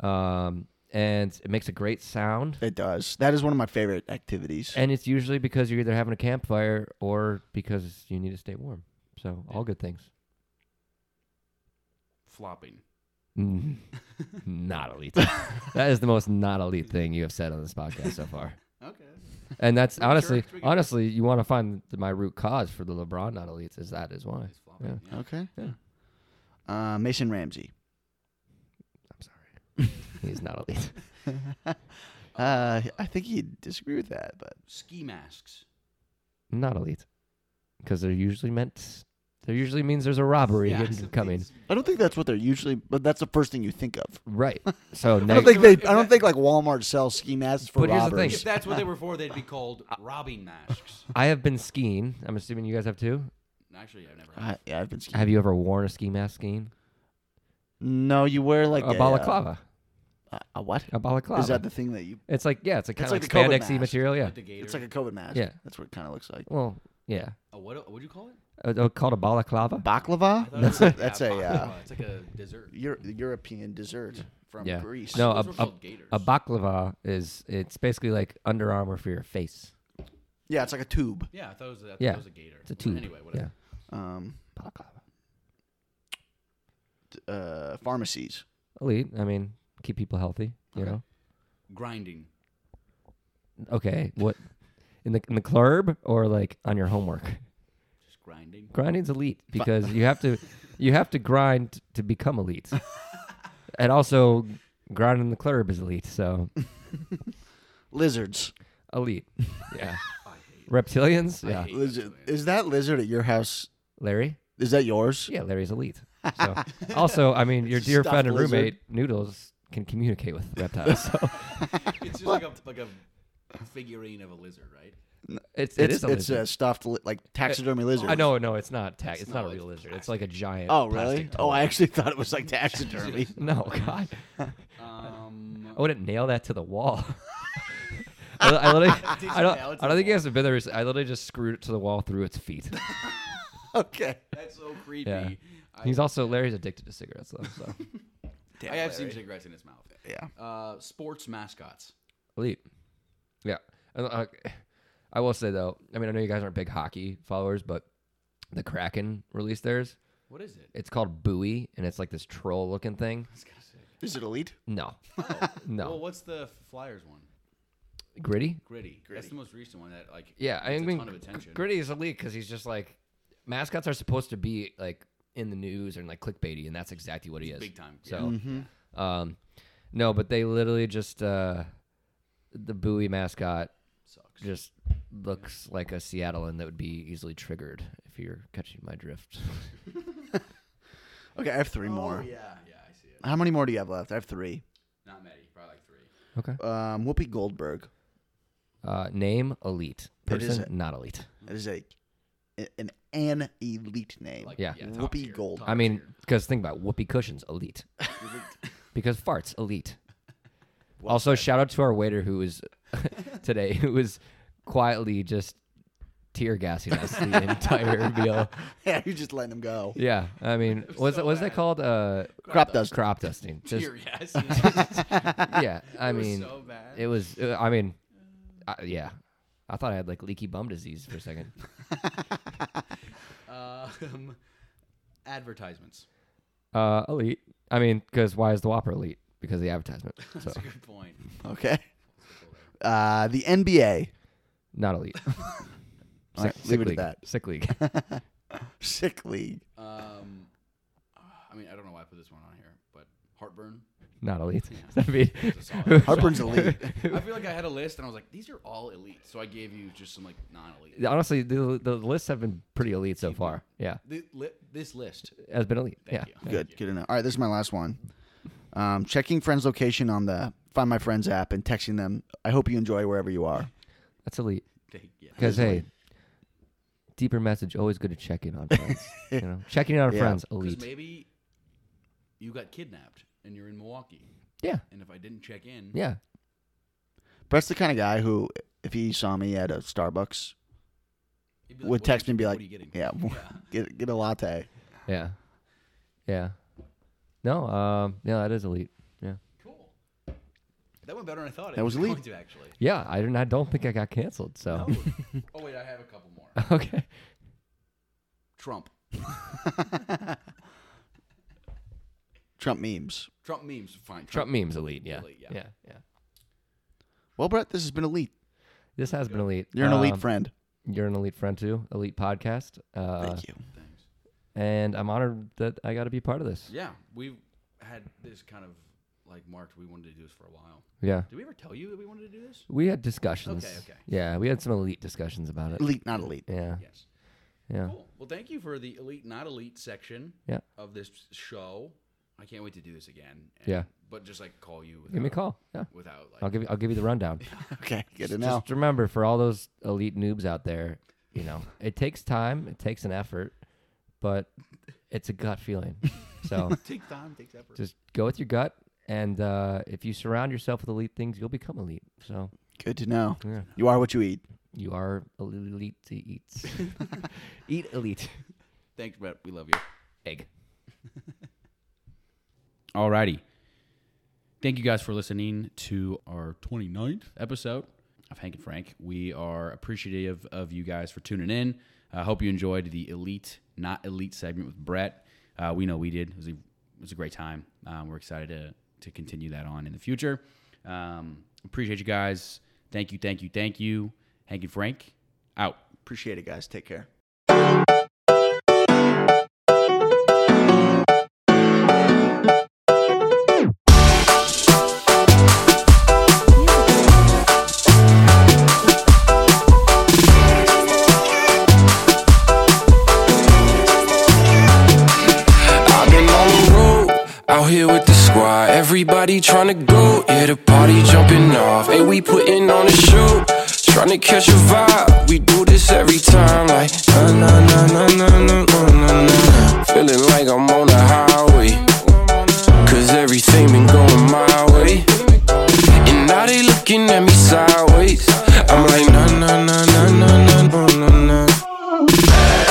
S5: um and it makes a great sound
S1: Mm-hmm. It does. That is one of my favorite activities.
S5: and it's usually because you're either having a campfire or because you need to stay warm so all good things
S2: Flopping.
S5: Mm. <laughs> not elite. that is the most not elite thing you have said on this podcast so far.
S2: Okay.
S5: And that's
S2: Well,
S5: honestly,
S2: jerks, we can-
S5: honestly, you want to find th- my root cause for the LeBron not elites is that is why.
S2: It's flopping.
S5: Yeah.
S2: Yeah.
S1: okay.
S5: Yeah. <laughs>
S1: Uh, Mason Ramsey.
S5: I'm sorry. He's not elite. <laughs>
S1: Uh, I think he'd disagree with that, but
S2: Ski masks.
S5: not elite, because they're usually meant. There usually means there's a robbery
S2: Yeah,
S5: hidden
S2: so
S5: coming.
S2: things-
S1: I don't think that's what they're usually. But that's the first thing you think of.
S2: <laughs>
S5: Right. So
S1: I don't
S5: next,
S1: think they. I don't think like Walmart sells ski masks for
S5: But here's the
S1: robbers.
S5: thing.
S2: If that's what
S1: <laughs>
S2: they were for, they'd be called robbing masks.
S5: I have been skiing. I'm assuming you guys have too.
S2: Actually, I've never.
S1: Uh, yeah, I've been skiing.
S5: Have you ever worn a ski mask skiing?
S1: No, you wear like
S5: a balaclava.
S1: Uh, a what?
S5: A balaclava.
S1: Is that the thing that you?
S5: It's like yeah, it's a kind
S1: like
S5: of
S1: the COVID
S5: like spandexy
S1: mask.
S5: material. Yeah.
S2: Like the gator.
S1: It's like a COVID mask.
S5: Yeah.
S1: that's what it kind of looks like.
S5: Well, yeah.
S2: a, what? What do you call it?
S5: Uh, uh, called a balaclava.
S1: Baklava.
S2: I thought it
S1: That's
S2: was
S1: a,
S2: like-
S1: that's a
S2: yeah,
S1: uh,
S2: baklava. It's like a dessert.
S1: Euro- European dessert from
S5: Yeah.
S1: Greece.
S5: No,
S2: Those
S5: Oh, a-
S2: were
S5: a-
S2: called gators.
S5: A baklava is it's basically like Under Armour for your face.
S1: yeah, it's like a tube.
S2: yeah, I thought it was. I thought
S5: Yeah,
S2: it was a gator.
S5: It's a tube.
S2: Anyway, whatever.
S1: Um,
S5: Yeah. Balaclava.
S1: t- uh, pharmacies.
S5: Elite. I mean, keep people healthy. You know.
S2: Grinding.
S5: Okay. What in the in the club or like on your homework?
S2: Just grinding.
S1: <laughs>
S5: Grinding's elite because you
S2: <laughs>
S5: have to you have to grind to become elite, and also grinding the club is elite. So
S2: <laughs>
S1: Lizards.
S5: elite. Yeah. Reptilians.
S2: I
S5: Yeah.
S2: hate
S1: Lizard.
S2: that.
S1: Is that lizard at your house?
S5: Larry.
S1: Is that yours?
S5: Yeah, Larry's elite. So, <laughs> also, I mean, your
S1: It's a
S5: dear friend
S1: stuffed
S5: and
S1: lizard.
S5: roommate Noodles can communicate with reptiles. <laughs> So
S2: It's just like a like a figurine of a lizard, right?
S5: it's it
S1: It's
S5: is a
S1: it's a
S5: lizard. Uh,
S1: stuffed li- like taxidermy lizard.
S5: I know, no, it's not. Ta- it's, not,
S2: not,
S5: a real
S2: it's
S5: lizard. It's like a giant.
S1: Oh really?
S5: plastic
S1: Oh,
S5: toy.
S1: I actually thought it was like
S5: <laughs>
S1: taxidermy.
S5: No, God,
S2: Um,
S5: I wouldn't nail that to the wall. <laughs> I, I literally,
S2: you nail it to
S5: I don't, I
S2: the
S5: don't think
S2: wall?
S5: you guys have been there. recently. I literally just screwed it to the wall through its feet.
S1: okay.
S2: that's so creepy.
S5: Yeah.
S2: I,
S5: He's also Larry's addicted to cigarettes though. So
S2: I have seen cigarettes in his mouth.
S1: Yeah.
S2: Uh, sports mascots.
S5: elite. Yeah, And, uh, I will say though. I mean, I know you guys aren't big hockey followers, but the Kraken released theirs.
S2: What is it?
S5: It's called Buoy, and it's like this troll looking thing.
S1: Is it elite?
S2: <laughs>
S5: No,
S2: Oh. Well,
S5: no,
S2: what's the Flyers one?
S5: gritty.
S2: Gritty. That's the most recent one that like.
S5: Yeah, I
S2: gets a
S5: mean,
S2: ton of
S5: Gr-
S2: attention.
S5: gritty is elite because he's just like mascots are supposed to be like in the news and like clickbaity, and that's exactly what he is.
S2: big time,
S5: So,
S2: yeah.
S5: um, no, but they literally just uh, the Buoy mascot
S2: Sucks.
S5: just looks like a Seattlean that would be easily triggered if you're catching my drift.
S2: <laughs>
S1: Okay, I have three more.
S2: Oh, Yeah, yeah, I see it.
S1: How many more do you have left? I have three.
S2: Not many, probably like three.
S5: okay.
S1: Um, Whoopi Goldberg.
S5: Uh, name elite
S1: It is
S5: person
S1: a-
S5: not elite.
S1: It is a an an elite name.
S2: Like,
S5: Yeah.
S2: top
S1: Whoopi
S2: tier,
S1: Gold.
S2: top
S5: I mean,
S2: tier.
S5: because think about it, whoopee cushions,
S2: <laughs>
S5: elite. because farts, elite. also, shout out to our waiter who was <laughs> today, who was quietly just tear gassing us
S2: <laughs>
S5: the entire meal.
S1: <laughs> yeah, you're just letting them go.
S5: Yeah, I mean, was
S2: so
S5: it was that
S2: bad.
S5: called uh,
S1: Crop dust.
S2: <laughs>
S5: crop dusting? Just,
S2: Tier,
S5: <laughs>
S2: yes. it
S5: yeah, I
S2: was
S5: mean,
S2: so bad.
S5: it was. uh, I mean, I, yeah, I thought I had like leaky bum disease for a second.
S2: um, advertisements.
S5: Uh, elite. I mean, because why is the Whopper elite? Because of
S2: <laughs>
S5: the advertisement. So
S2: That's a good point.
S1: Okay. Uh, the NBA.
S5: not elite.
S1: All right,
S5: Sick-
S1: leave it
S5: sick
S1: <laughs>
S5: league.
S1: at
S5: Sick league.
S1: that. Sick
S2: <laughs>
S1: league.
S2: Um, I mean, I don't know why I put this one on here, but
S5: <laughs>
S2: heartburn.
S5: Not elite. I mean,
S1: Harper's
S2: <laughs>
S1: elite. <laughs>
S2: I feel like I had a list, and I was like, these are all elite. So I gave you just some like non-elite.
S5: <laughs> honestly, the, the lists have been pretty elite so far. Yeah,
S2: Thi- li- this list.
S5: has been elite.
S2: Thank
S5: yeah,
S2: you.
S1: Good. Good enough. All right, this is my last one. Um, checking friends' location on the Find My Friends app and texting them. I hope you enjoy wherever you are.
S5: that's elite.
S2: <laughs> Thank you.
S5: Because hey, deeper message always good to check in on friends. you know, checking in on
S1: Yeah.
S5: friends
S2: Because
S5: elite.
S2: maybe you got kidnapped and you're in Milwaukee,
S5: Yeah,
S2: and if I didn't check in,
S5: yeah.
S1: Brett's the kind of guy who, if he saw me at a Starbucks,
S2: he'd be
S1: would
S2: like, "What are
S1: text me
S2: you-
S1: and be
S2: what
S1: like,
S2: are you getting? <laughs>
S1: "Yeah, get get a latte."
S5: Yeah. Yeah. No, um, yeah, that is elite. Yeah.
S2: Cool. That went better than I thought.
S1: That was elite.
S2: Going to actually.
S5: Yeah, I don't I don't think I got canceled, so
S2: <laughs> Oh wait, I have a couple more.
S5: <laughs> Okay.
S2: Trump.
S1: Trump memes.
S2: Trump memes. Fine.
S5: Trump memes elite, yeah.
S2: Elite, yeah.
S5: yeah. Yeah.
S1: Well, Brett, this has been elite.
S5: This has been elite.
S1: You're an elite
S5: Um,
S1: friend.
S5: You're an elite friend too. Elite podcast. Uh,
S1: Thank you.
S2: Thanks.
S5: And I'm honored that I got to be part of this.
S2: Yeah, we've had this kind of like marked we wanted to do this for a while.
S5: Yeah.
S2: Did we ever tell you that we wanted to do this?
S5: We had discussions.
S2: Okay, okay.
S5: Yeah, we had some elite discussions about it.
S1: Elite, not elite. <laughs>
S5: Yeah.
S2: Yes.
S5: Yeah.
S2: Cool. Well, thank you for the elite, not elite section
S5: Yeah.
S2: of this show. I can't wait to do this again. and-
S5: Yeah.
S2: But just like call you. Without,
S5: Give me a call. Yeah.
S2: Without like.
S5: I'll give you I'll give you
S2: <laughs>
S5: the rundown.
S1: Okay, good to know.
S5: Just remember for all those elite noobs out there, you know, it takes time, it takes an effort, but it's a
S2: <laughs>
S5: gut feeling. So
S2: Take time, take effort.
S5: just go with your gut and uh, if you surround yourself with elite things, you'll become elite. So
S1: Good to know.
S5: Yeah.
S1: You are what you eat.
S5: you are elite
S2: <laughs>
S5: to eat. eat elite.
S2: Thanks, Brett. We love you.
S5: Egg.
S2: <laughs> Alrighty. Thank you guys for listening to our 29th episode of Hank and Frank. We are appreciative of you guys for tuning in. I hope you enjoyed the elite, not elite segment with Brett. Uh, we know we did. It was a, it was a great time. Um, we're excited to, to continue that on in the future. Um, appreciate you guys. Thank you, thank you, thank you. Hank and Frank out.
S1: Appreciate it, guys. Take care.
S6: I've been on the road, out here with the squad. Everybody tryna go, yeah, the party jumping off. Hey, we putting on a show, tryna catch a vibe. We do this every time, like na na na na na na na na na. Feeling like I'm on the highway, cause everything been going my way. And now they looking at me sideways. I'm like na na na na na na na na na.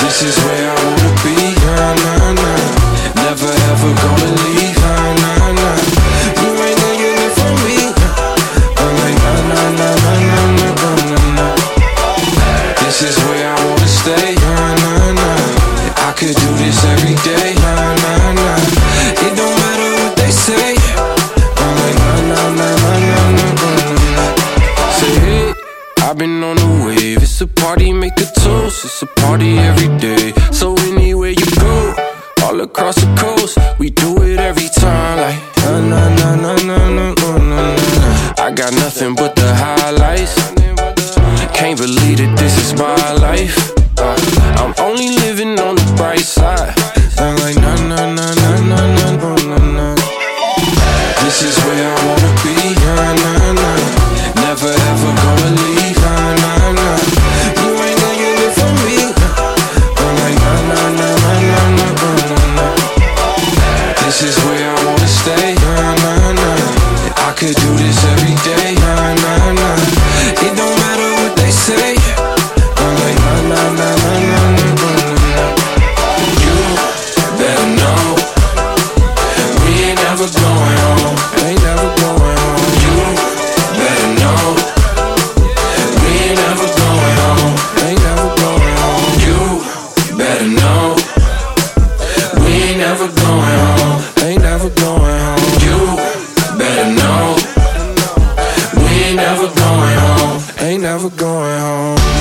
S6: This is where I wanna be, nah, nah, nah. Never ever gonna leave, nah, nah, nah. You ain't gonna get from me. I'm like, nah, nah, nah, nah, nah, nah, nah, nah, nah. This is where I wanna stay, nah, nah, nah. I could do this every day, nah, nah, nah. It don't matter what they say. I'm like, nah, nah, nah, nah, nah, nah, nah, nah, nah. Say, hey, I've been on the wave. It's a party, make a toast. It's a party every day. So anywhere you go, all across the coast, we do it every time. Like na na na na na na na na. na. I got nothing but the highlights. Can't believe that this is my life. Uh, I'm only living on the bright side. I'm like na na na na na na na na. na. This is where I wanna be, nah, nah, nah. Never ever gonna leave, nah, nah, nah. You ain't gonna get it from me. I'm like, nah, nah, nah, nah, nah, nah, nah, nah, nah. This is where I wanna stay, nah, nah, nah. I could do this every day, nah, nah, nah. It don't matter what they say. I'm like, nah, nah, nah, nah, nah, nah, nah, nah, nah. You better know. We ain't never going home. Ain't never going home. You better know. We ain't never going home. Ain't never going home. You better know. We ain't never going home. Ain't never going home. You better know. We ain't never going home. Ain't never going home.